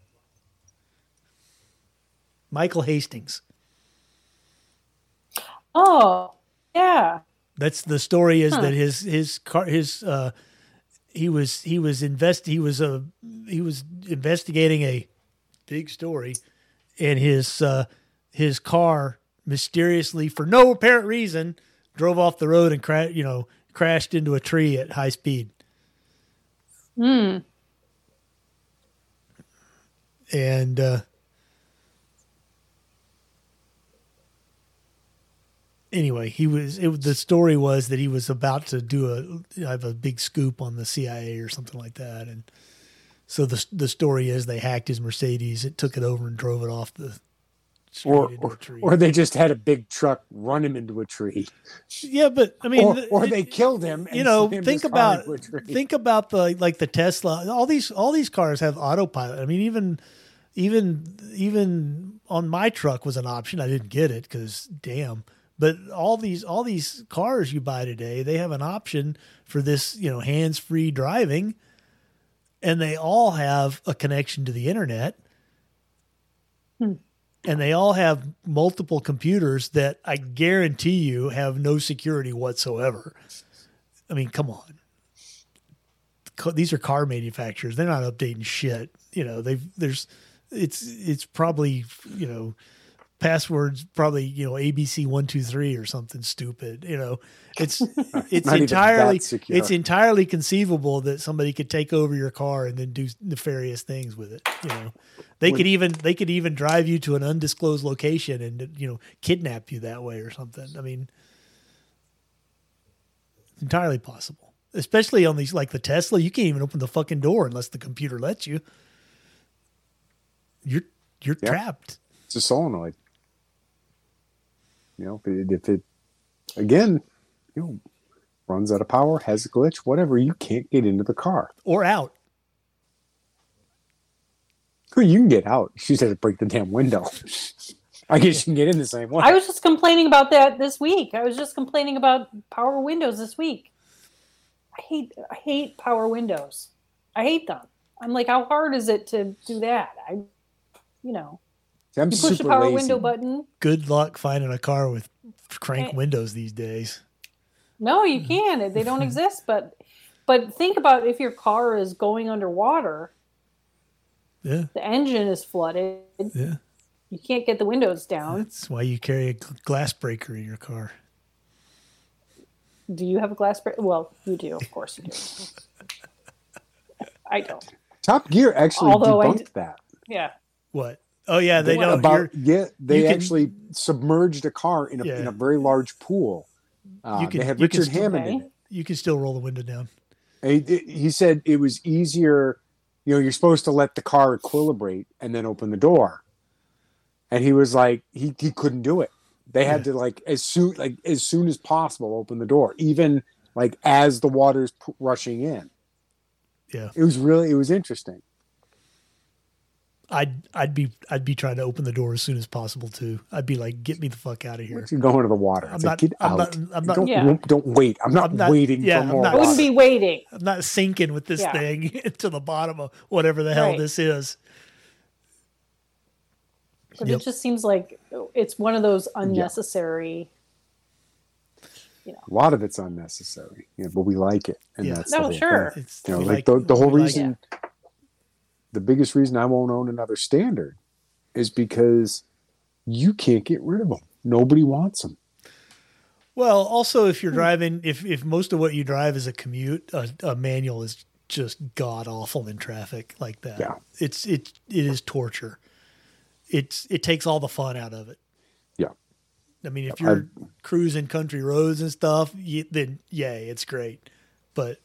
michael hastings Oh, yeah. That's the story is Huh. that his his car his uh he was he was invest he was a he was investigating a big story and his uh his car mysteriously for no apparent reason drove off the road and cra- you know crashed into a tree at high speed. and uh, anyway, he was. It, the story was that he was about to do a have a big scoop on the CIA or something like that, and so the the story is they hacked his Mercedes, it took it over and drove it off the. straight Or, into a or, tree. or they just had a big truck run him into a tree. yeah, but I mean, or, th- or it- they killed him. And you know, slammed think his car about into a tree. think about the like the Tesla. All these all these cars have autopilot. I mean, even even even on my truck was an option. I didn't get it because damn. But all these all these cars you buy today, they have an option for this you know hands free driving, and they all have a connection to the internet. And they all have multiple computers that I guarantee you have no security whatsoever. I mean, come on. Co- These are car manufacturers. They're not updating shit. You know, they've there's it's it's probably you know passwords probably you know ABC one two three or something stupid. You know, it's it's Not even entirely that secure. it's entirely conceivable that somebody could take over your car and then do nefarious things with it. You know, they could even they could even drive you to an undisclosed location and you know kidnap you that way or something. I mean, it's entirely possible. Especially on these like the Tesla, you can't even open the fucking door unless the computer lets you. You're you're Yeah. trapped. it's a solenoid. You know, if it, if it again, you know, runs out of power, has a glitch, whatever, you can't get into the car. Or out. Well, you can get out. You just have to break the damn window. I guess you can get in the same way. I was just complaining about that this week. I was just complaining about power windows this week. I hate I hate power windows. I hate them. I'm like, how hard is it to do that? I, you know, I'm you push the super power lazy. window button. Good luck finding a car with crank Eh. windows these days. No, you Mm. can't. They don't exist. But but think about if your car is going underwater, Yeah, the engine is flooded. yeah. You can't get the windows Oh. down. That's why you carry a gl- glass breaker in your car. Do you have a glass break? Well, you do, of course you do. I don't. Top Gear actually Although I debunked d- that. Yeah. What? Oh yeah, they What don't. About yeah, they you can- actually submerged a car in a, Yeah. in a very large pool. Uh, You can- they had you can Richard still- Hammond in Okay. it. you can still roll the window down. He, he said it was easier. You know, you're supposed to let the car equilibrate and then open the door. And he was like, he, he couldn't do it. They had to like as soon like as soon as possible open the door, even like as the water's p- rushing in. Yeah. It was really it was interesting. I'd I'd be I'd be trying to open the door as soon as possible too. I'd be like, get me the fuck out of here. Once you go into the water, I'm it's not. like, get I'm out. not. I'm not. don't, Yeah. don't- don't wait. I'm not, I'm not- waiting yeah, for I'm more. not- I wouldn't be waiting. I'm not sinking with this Yeah. thing to the bottom of whatever the hell Right. this is. But Yep. it just seems like it's one of those unnecessary. A lot of it's unnecessary, you know, but we like it, and Yeah. that's the No, whole sure. thing. It's You know, we like, the, the whole we like- reason, the biggest reason I won't own another standard is because you can't get rid of them. Nobody wants them. Well, also if Hmm. you're driving, if if most of what you drive is a commute, a, a manual is just god awful in traffic like that. Yeah. It's it it is torture. It's it takes all the fun out of it. Yeah. I mean, if I- you're cruising country roads and stuff, you, then yay, it's great. But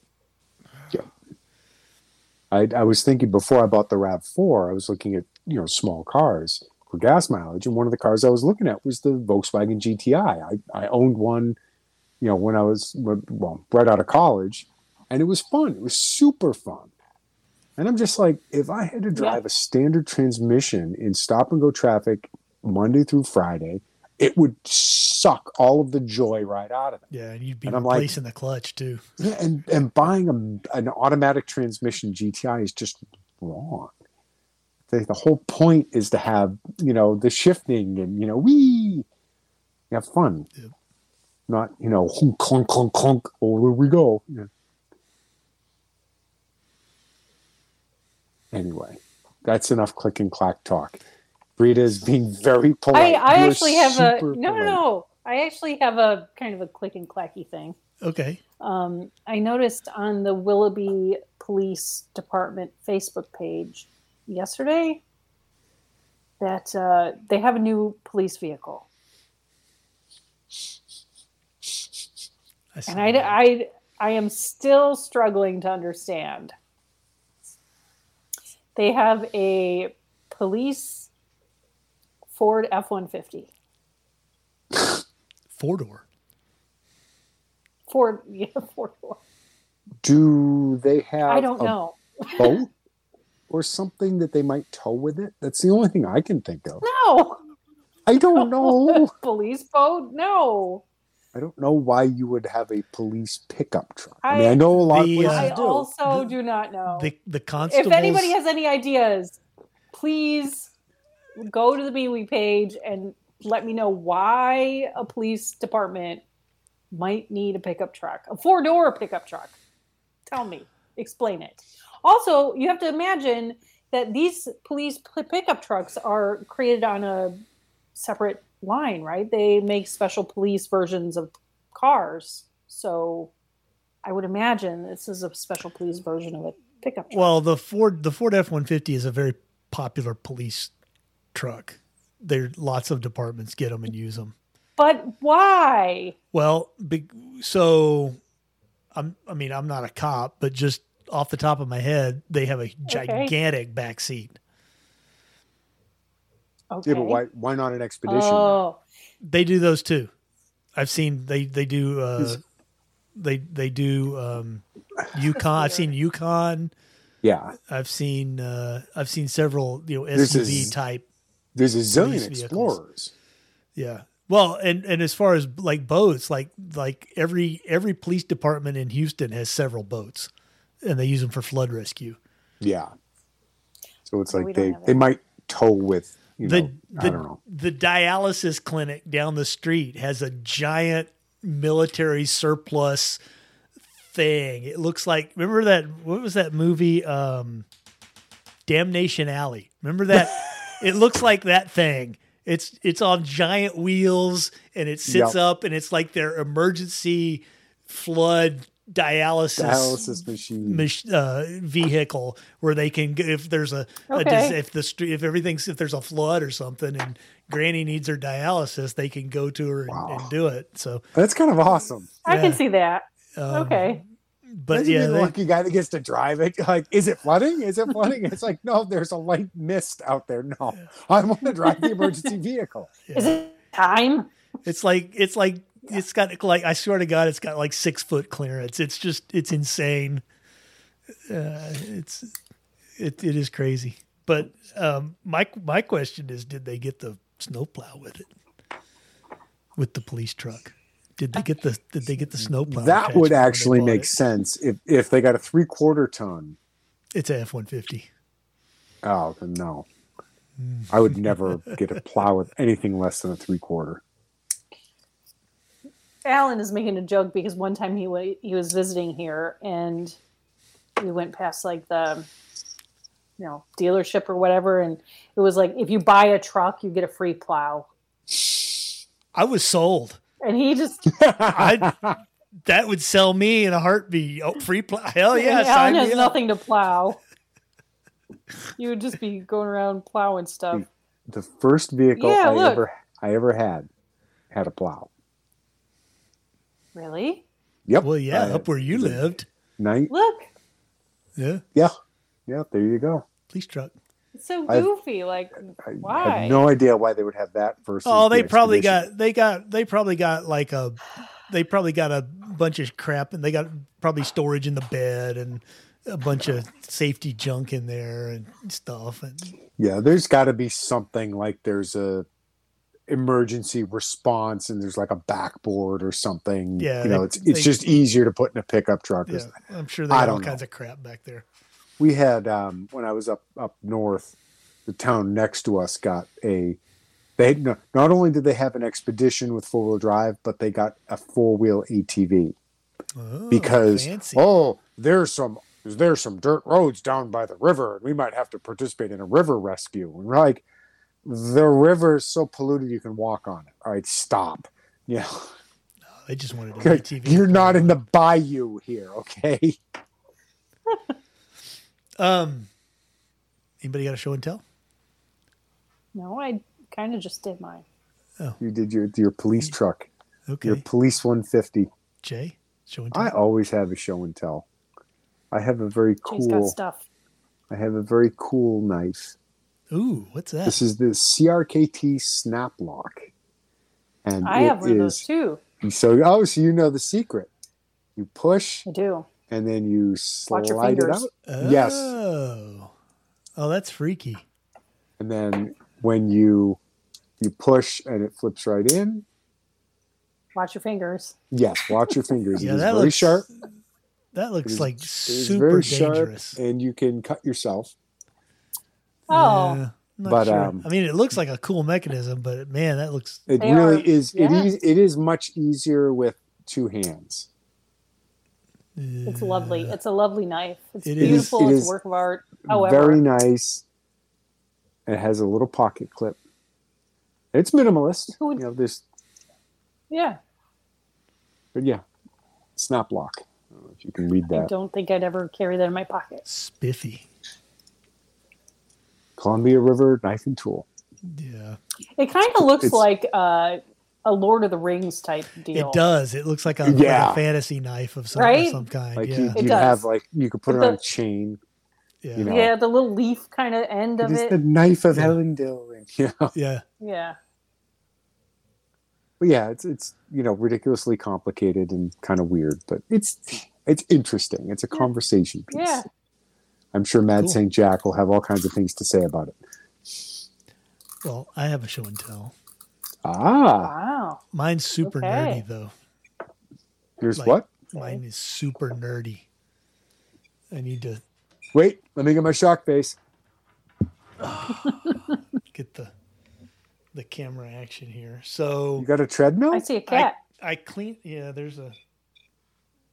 I, I was thinking before I bought the Rav Four, I was looking at you know small cars for gas mileage, and one of the cars I was looking at was the Volkswagen GTI. I, I owned one, you know, when I was well right out of college, and it was fun. It was super fun. And I'm just like, if I had to drive a standard transmission in stop and go traffic Monday through Friday, it would suck all of the joy right out of it. yeah, and you'd be And I'm like- replacing the clutch too. Yeah, and and buying a, an automatic transmission GTI is just wrong. The, the whole point is to have you know the shifting and you know we have fun, Yep. not you know honk, clunk clunk clunk. Oh, there we go. Yeah. Anyway, that's enough click and clack talk. Brita is being very I, polite. I Oh, You're actually have a super no, no, polite. no. I actually have a kind of a click and clacky thing. Okay. Um, I noticed on the Willoughby Police Department Facebook page yesterday that uh, they have a new police vehicle. I see and I, that. I, I am still struggling to understand. They have a police Ford F 150. four door. Ford, yeah, Ford. Do they have I Oh. don't a know. boat or something that they might tow with it? That's the only thing I can think of. No. I don't know. police boat? No. I don't know why you would have a police pickup truck. I, mean, I- I know a lot The, of uh, I places do. also The- do not know. The the constables. if anybody has any ideas, please go to the MeWe page and let me know why a police department might need a pickup truck, a four door pickup truck. Tell me, explain it. Also, you have to imagine that these police p- pickup trucks are created on a separate line, right? They make special police versions of cars. So I would imagine this is a special police version of a pickup truck. well, the Ford the Ford F one fifty is a very popular police truck. There lots of departments get them and use them. But why? Well, big, so I'm, I mean, I'm not a cop, but just off the top of my head, they have a gigantic back seat. Okay. Yeah, but why, why not an expedition? Oh, They do those too. I've seen they they do uh, Is- they they do um, Yukon. I've seen Yukon. yeah, I've seen uh, I've seen several you know This SUV is- type. there's a Police zillion vehicles. explorers. Yeah. Well, and and as far as like boats, like like every every police department in Houston has several boats, and they use them for flood rescue. Yeah. So it's No, we like don't they, have they that. might tow with, you know, the I the, don't know. the dialysis clinic down the street has a giant military surplus thing. It looks like remember that what was that movie um Damnation Alley. Remember that it looks like that thing. It's it's on giant wheels and it sits Yep. up and it's like their emergency flood dialysis, Dialysis machine. mach- uh, vehicle where they can g- if there's a, a dis- Okay. if the street if everything's if there's a flood or something and granny needs her dialysis they can go to her and, Wow. and do it so That's kind of awesome. I can Yeah. see that. um, Okay. but Imagine yeah being the they- lucky guy that gets to drive it. Like, is it flooding? Is it flooding? It's like, no, there's a light mist out there. No, I want to drive the emergency vehicle. yeah. Is it time? it's like it's like it's got like i swear to god it's got like six foot clearance it's just it's insane uh, it's it, it is crazy but um my my question is did they get the snowplow with it with the police truck did they get the did they get the snowplow that would attachment when they actually bought make it? sense if, if they got a three quarter ton. it's a f-150 Oh, then no. Hmm. I would never get a plow with anything less than a three quarter. Alan is making a joke because one time he wa- he was visiting here and we went past like the you know dealership or whatever and it was like if you buy a truck you get a free plow i was sold and he just I- that would sell me in a heartbeat oh free plow hell yeah Alan sign me has up. nothing to plow you would just be going around plowing stuff The first vehicle Yeah, I look. ever I ever had had a plow. really Yep. well yeah Uh, up where you the- lived Night. look yeah Yeah. Yeah. There you go. police truck it's so I've- goofy like I Why? have no idea why they would have that versus. Oh, they the probably expedition. got they got they probably got like a they probably got a bunch of crap and they got probably storage in the bed and a bunch of safety junk in there and stuff and Yeah, there's got to be something like there's a emergency response and there's like a backboard or something. Yeah, you know, they- it's it's they- just easier to put in a pickup truck. or yeah, something. I'm sure they I had all don't know. kinds of crap back there. We had um, when I was up up north, the town next to us got a. They had, no, not only did they have an expedition with four wheel drive, but they got a four wheel ATV Oh, because fancy. oh, there's some there's some dirt roads down by the river, and we might have to participate in a river rescue. And we're like, the river's so polluted you can walk on it. All right, stop. Yeah, they just wanted an okay, ATV. you're not in the bayou here, okay? um. Anybody got a show and tell? No, I kind of just did mine. You did your your police truck, Okay. your police 150. Jay, show and tell. I always have a show and tell. I have a very Jay's got cool. stuff. I have a very cool knife. Ooh, what's that? This is the CRKT snap lock, and I it have one of those is- too. So oh, so you know the secret. You push I do. and then you Watch your slide it fingers. out, Oh. yes. Oh, that's freaky. and then when you you push and it flips right in. Watch your fingers. Yes, watch your fingers. Yeah, it is that very looks sharp. That looks is- like It is super dangerous. and you can cut yourself. Oh, Yeah, not But, sure. um, I mean, it looks like a cool mechanism, but man, that looks It They really are- is. It yeah. is. It is much easier with two hands. it's uh, lovely. It's a lovely knife. It's It is- beautiful. it it's is a work of art. However, Very nice. It has a little pocket clip. It's minimalist. Who would- you know this, yeah, but yeah, snap lock. I don't know if you can read I that. don't think I'd ever carry that in my pocket. spiffy. Columbia River knife and tool. Yeah, It kind of looks It's- like uh, a Lord of the Rings type deal. it does. It looks like a, like a Yeah. fantasy knife of some, of Right? some kind. Like yeah, you, It you does. have like you could put But it on the- a chain. yeah, you know. Yeah, the little leaf kind of end It of is the it. knife of Yeah. Helen Dillon. You know? yeah. Yeah, But yeah, it's it's you know ridiculously complicated and kind of weird, but it's it's interesting. It's a Yeah. conversation piece. yeah. I'm sure Mad Cool. St. Jack will have all kinds of things to say about it. Well, I have a show and tell. Ah, Wow. Mine's super Okay. nerdy though. here's Like- what? Mine is super nerdy. I need to Wait, let me get my shock face. get the the camera action here. So You got a treadmill? I see a cat. I clean. Yeah, there's a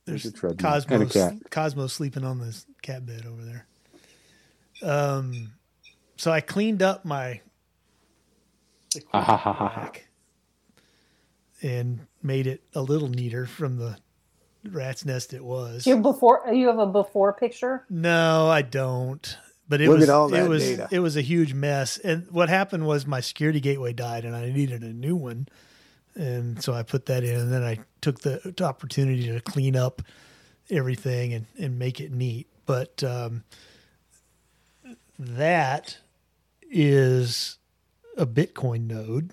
There's there's a treadmill Cosmo and a cat. Cosmo sleeping on this cat bed over there. Um, so I cleaned up my the Ah, ha, ha, ha, ha. rack and made it a little neater from the rat's nest it was. Do you have before you have a before picture? No, I don't. But it Look was at all it that was data. it was a huge mess. And what happened was my security gateway died, and I needed a new one. And so I put that in, and then I took the opportunity to clean up everything and and make it neat. But um, that is a Bitcoin node.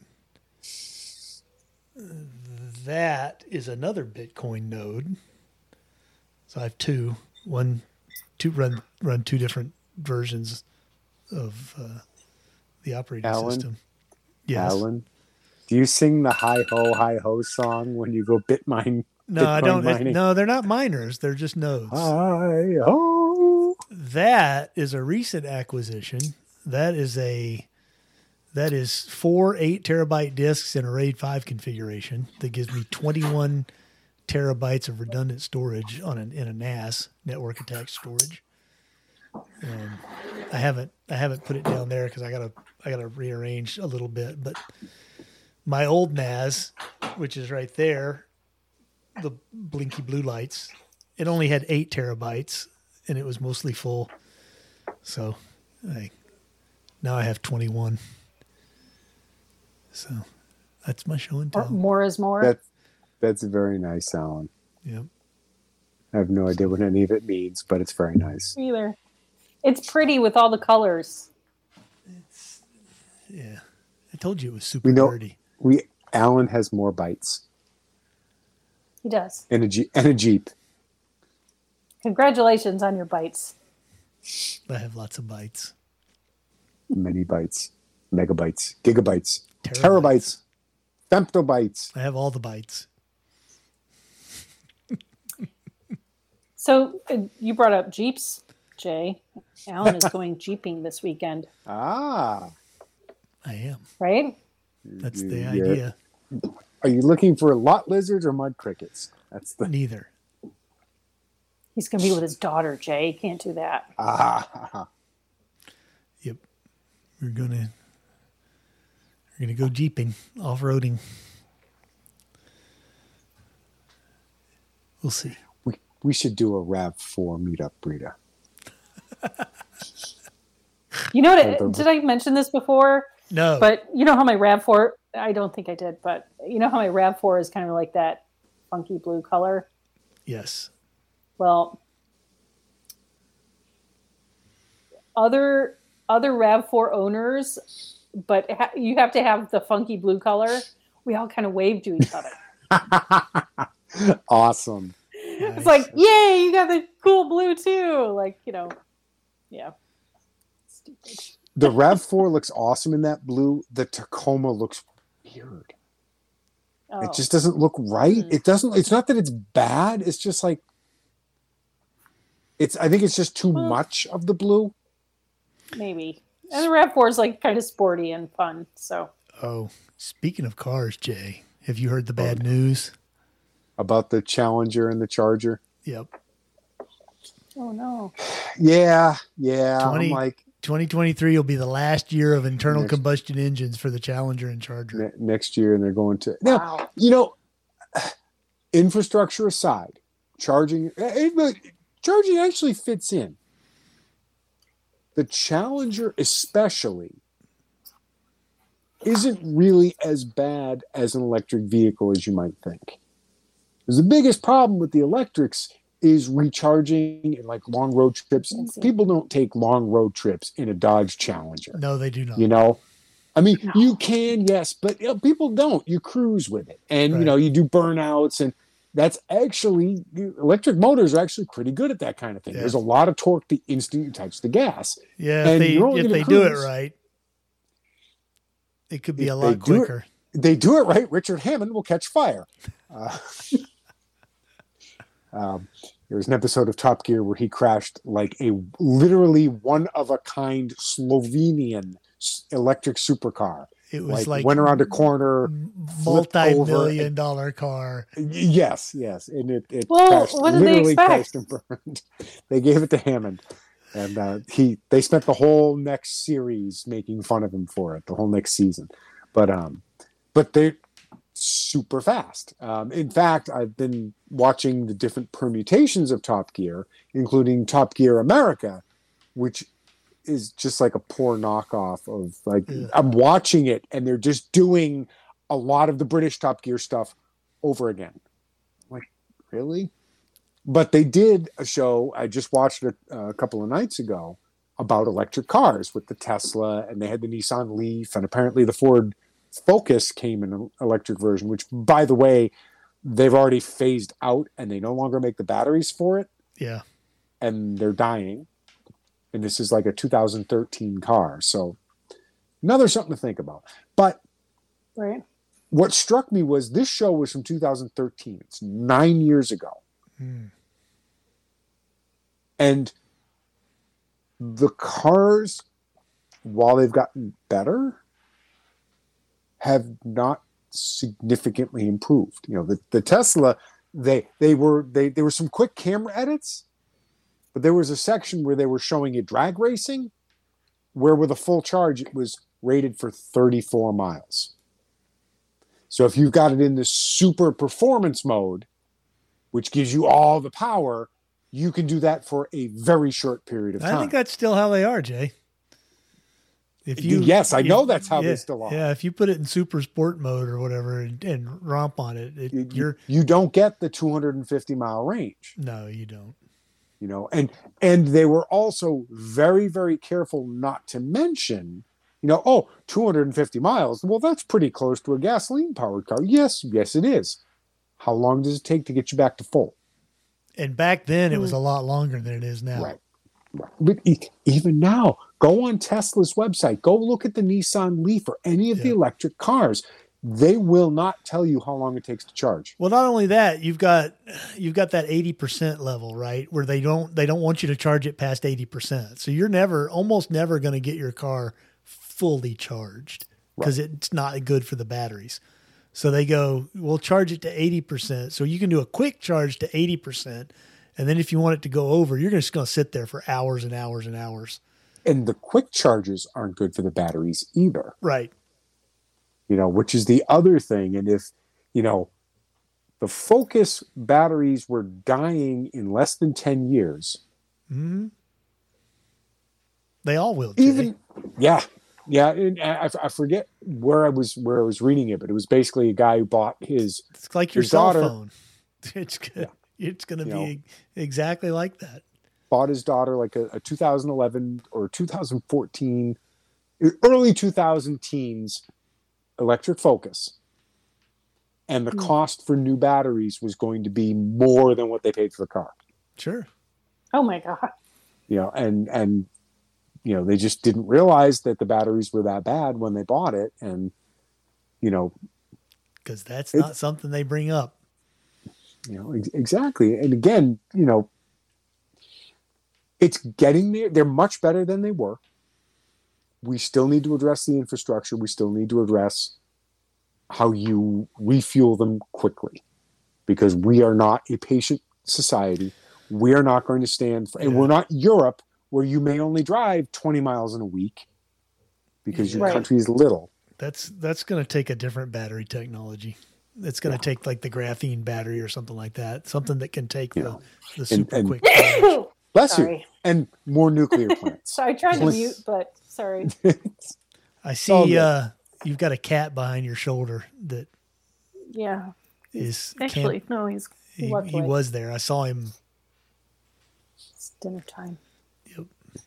That is another Bitcoin node. So I have two, one, two run run two different versions of uh, the operating Alan? system. Yes. Alan, do you sing the hi ho hi ho song when you go bit mine? no, I Bitcoin don't. mining. Ah. no, they're not miners. They're just nodes. Hi ho. that is a recent acquisition. That is a that is four eight terabyte disks in a RAID five configuration that gives me twenty one terabytes of redundant storage on an in a NAS network attached storage. Um, I haven't I haven't put it down there because I gotta I gotta rearrange a little bit, but my old NAS, which is right there, the blinky blue lights, it only had eight terabytes and it was mostly full. So I now I have 21. So that's my show and Or tell. more is more. That, Oh. that's very nice, Alan. Yep. I have no idea what any of it means, but it's very nice. Either. It's pretty with all the colors. Yeah. I told you it was super We know- nerdy. We Alan has more bites He does. and a, Jeep, and a Jeep. Congratulations on your bites. I have lots of bites. Many bites, megabytes, gigabytes, Terabytes. terabytes, femtobytes. I have all the bites. So uh, you brought up Jeeps, Jay. Alan is going Jeeping this weekend, Ah. I am. right? That's the Yeah. idea. Are you looking for lot lizards or mud crickets? That's the Neither. He's going to be with his daughter, Jay. He can't do that. ah. Yep. We're gonna we're gonna go jeeping, off roading. We'll see. We we should do a Rav Four meetup, Brita. You know Hold on. what? Did I mention this before? No. But you know how my Rav4, I don't think I did, but you know how my Rav4 is kind of like that funky blue color? Yes. Well, other other Rav4 owners, but ha- you have to have the funky blue color. We all kind of wave to each other. awesome. It's like, yay, you got the cool blue too. Like, you know, yeah. Stupid. The Rav Four looks awesome in that blue. The Tacoma looks weird. Oh. It just doesn't look right. Mm. It doesn't. It's not that it's bad. It's just like it's. I think it's just too Well- much of the blue. maybe. And the Rav Four is like kind of sporty and fun. So Oh, speaking of cars, Jay, have you Oh, heard the bad news? About the Challenger and the Charger. Yep. oh no. Yeah, yeah. Twenty- I'm like 2023 will be the last year of internal Next- combustion engines for the Challenger and Charger. ne- next year, and they're going to now. Wow. you know, infrastructure aside, charging eh, eh, charging actually fits in. The Challenger, especially, isn't really as bad as an electric vehicle as you might think. 'Cause The biggest problem with the electrics is recharging and like long road trips. I see. People don't take long road trips in a Dodge Challenger No, they do not. you know i mean No. you can yes but you know, people don't you cruise with it and you know you do burnouts and that's actually you- electric motors are actually pretty good at that kind of thing Yeah. there's a lot of torque the instant you touch the gas yeah, if and they, you're only if gonna they do it cruise. right, it could be If a they lot do it- quicker. they do it right richard hammond will catch fire uh, um, there was an episode of top gear where he crashed like a literally one of a kind slovenian s- electric supercar It, was like, like, went around a corner flipped over and- multi-million dollar car. Yes, yes, and it it Well, crashed, what did they literally expect? crashed and burned. they gave it to Hammond, and uh, he they spent the whole next series making fun of him for it, the whole next season. But um, but they're super fast. Um, in fact, I've been watching the different permutations of Top Gear, including Top Gear America, which is just like a poor knockoff of like Yeah. I'm watching it and they're just doing a lot of the British Top Gear stuff over again. I'm like, really? But they did a show I just watched it uh, a couple of nights ago about electric cars with the Tesla and they had the Nissan Leaf and apparently the Ford Focus came in an electric version, which by the way, they've already phased out and they no longer make the batteries for it Yeah, and they're dying. And this is like a 2013 car. So another something to think about. But Right. what struck me was this show was from 2013. It's nine years ago. Hmm. And the cars, while they've gotten better, have not significantly improved. You know, the, the Tesla, they they were they there were some quick camera edits, but there was a section where they were showing it drag racing, where with a full charge it was rated for 34 miles. So if you've got it in the super performance mode, which gives you all the power, you can do that for a very short period of time. I think that's still how they are, Jay. If Yes, I know that's how they yeah, still are. Yeah, if you put it in super sport mode or whatever and, and romp on it, it you, you're you don't get the 250 mile range. no, you don't. you know and and they were also very very careful not to mention you know oh 250 miles well that's pretty close to a gasoline powered car yes yes it is how long does it take to get you back to full And back then, it was a lot longer than it is now. Hmm. right Right. but e- even now go on tesla's website go look at the nissan leaf or any of the Yeah. electric cars they will not tell you how long it takes to charge Well, not only that, you've got you've got that eighty percent level, right? Where they don't they don't want you to charge it past eighty percent. So you're never almost never going to get your car fully charged because it's not good for the batteries. So they go, we'll charge it to eighty percent. So you can do a quick charge to eighty percent, and then if you want it to go over, you're just going to sit there for hours and hours and hours. and the quick charges aren't good for the batteries either Right. you know, which is the other thing. And if, you know, the Focus batteries were dying in less than 10 years, hmm Mm-hmm. They all will. Jay. even, yeah, Yeah, and I, I forget where I was where I was reading it, but it was basically a guy who bought his. It's like your His cell daughter- phone. It's gonna, it's gonna You be e-, exactly like that. bought his daughter like a, a 2011 or 2014 early 2000 teens electric focus and the Hmm. cost for new batteries was going to be more than what they paid for the car Sure. Oh my god. you know and and you know they just didn't realize that the batteries were that bad when they bought it and you know Because that's It- not something they bring up. you know ex- exactly and again you know it's getting there they're much better than they were we still need to address the infrastructure we still need to address how you refuel them quickly because we are not a patient society we are not going to stand for and Yeah. we're not europe where you may only drive 20 miles in a week because your Right. country is little That's that's going to take a different battery technology. It's going to take like the graphene battery or something like that. Something that can take Yeah. the, the super and- quick. bless you sorry. and more nuclear plants So I tried to Please. mute, but sorry. all I see good. uh, you've got a cat behind your shoulder that Yeah. is camp- Actually, no, he's he, walked he away. was there. I saw him. it's dinner time.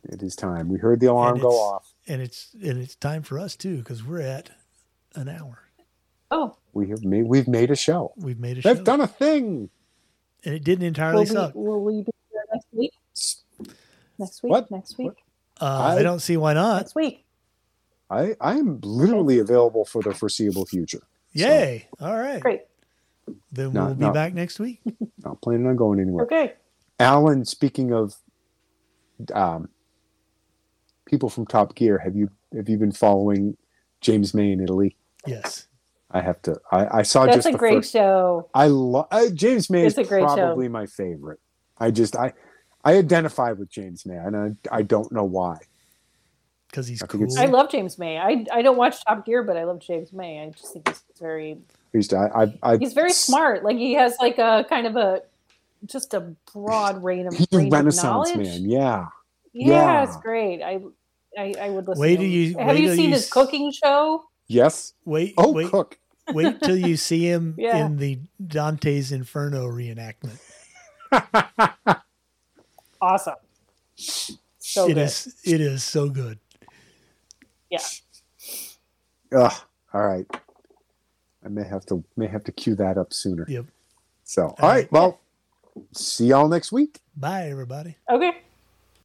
it is time we heard the alarm And go it's- off and it's and it's time for us too because we're at an hour. Oh, we have made we've made a show. We've made a show, They've done a thing. and it didn't entirely will suck. we, will we be here next week? Next week? What? Next week? Uh, I I- don't see why not. Next week. I I am literally available for the foreseeable future. Yay! All right, Great. then No, we'll be no. back next week. Not planning on going anywhere. Okay. Alan, speaking of um, people from Top Gear, have you have you been following James May in Italy? Yes, I have to. I, I saw That's just a the great first. show. I love uh, James May It's is a great show. probably my favorite. I just I I identify with James May, and I I don't know why. because he's I think cool. it's- I love James May. I, I don't watch Top Gear, but I love James May. I just think he's very I used to- I, I, I he's very smart. Like he has like a kind of a just a broad range of, He's a range of Renaissance knowledge. man. Yeah. Yeah, it's Yeah. great. I, I I would listen. to Wait till him. you- have wait you till seen you his s- cooking show? Yes. Wait, Oh, wait, cook. wait till you see him Yeah. in the Dante's Inferno reenactment. Awesome. So It good. is, it is so good. Ugh, all right. I may have to may have to cue that up sooner. Yep. So all right. Well, see y'all next week. Bye, everybody. Okay.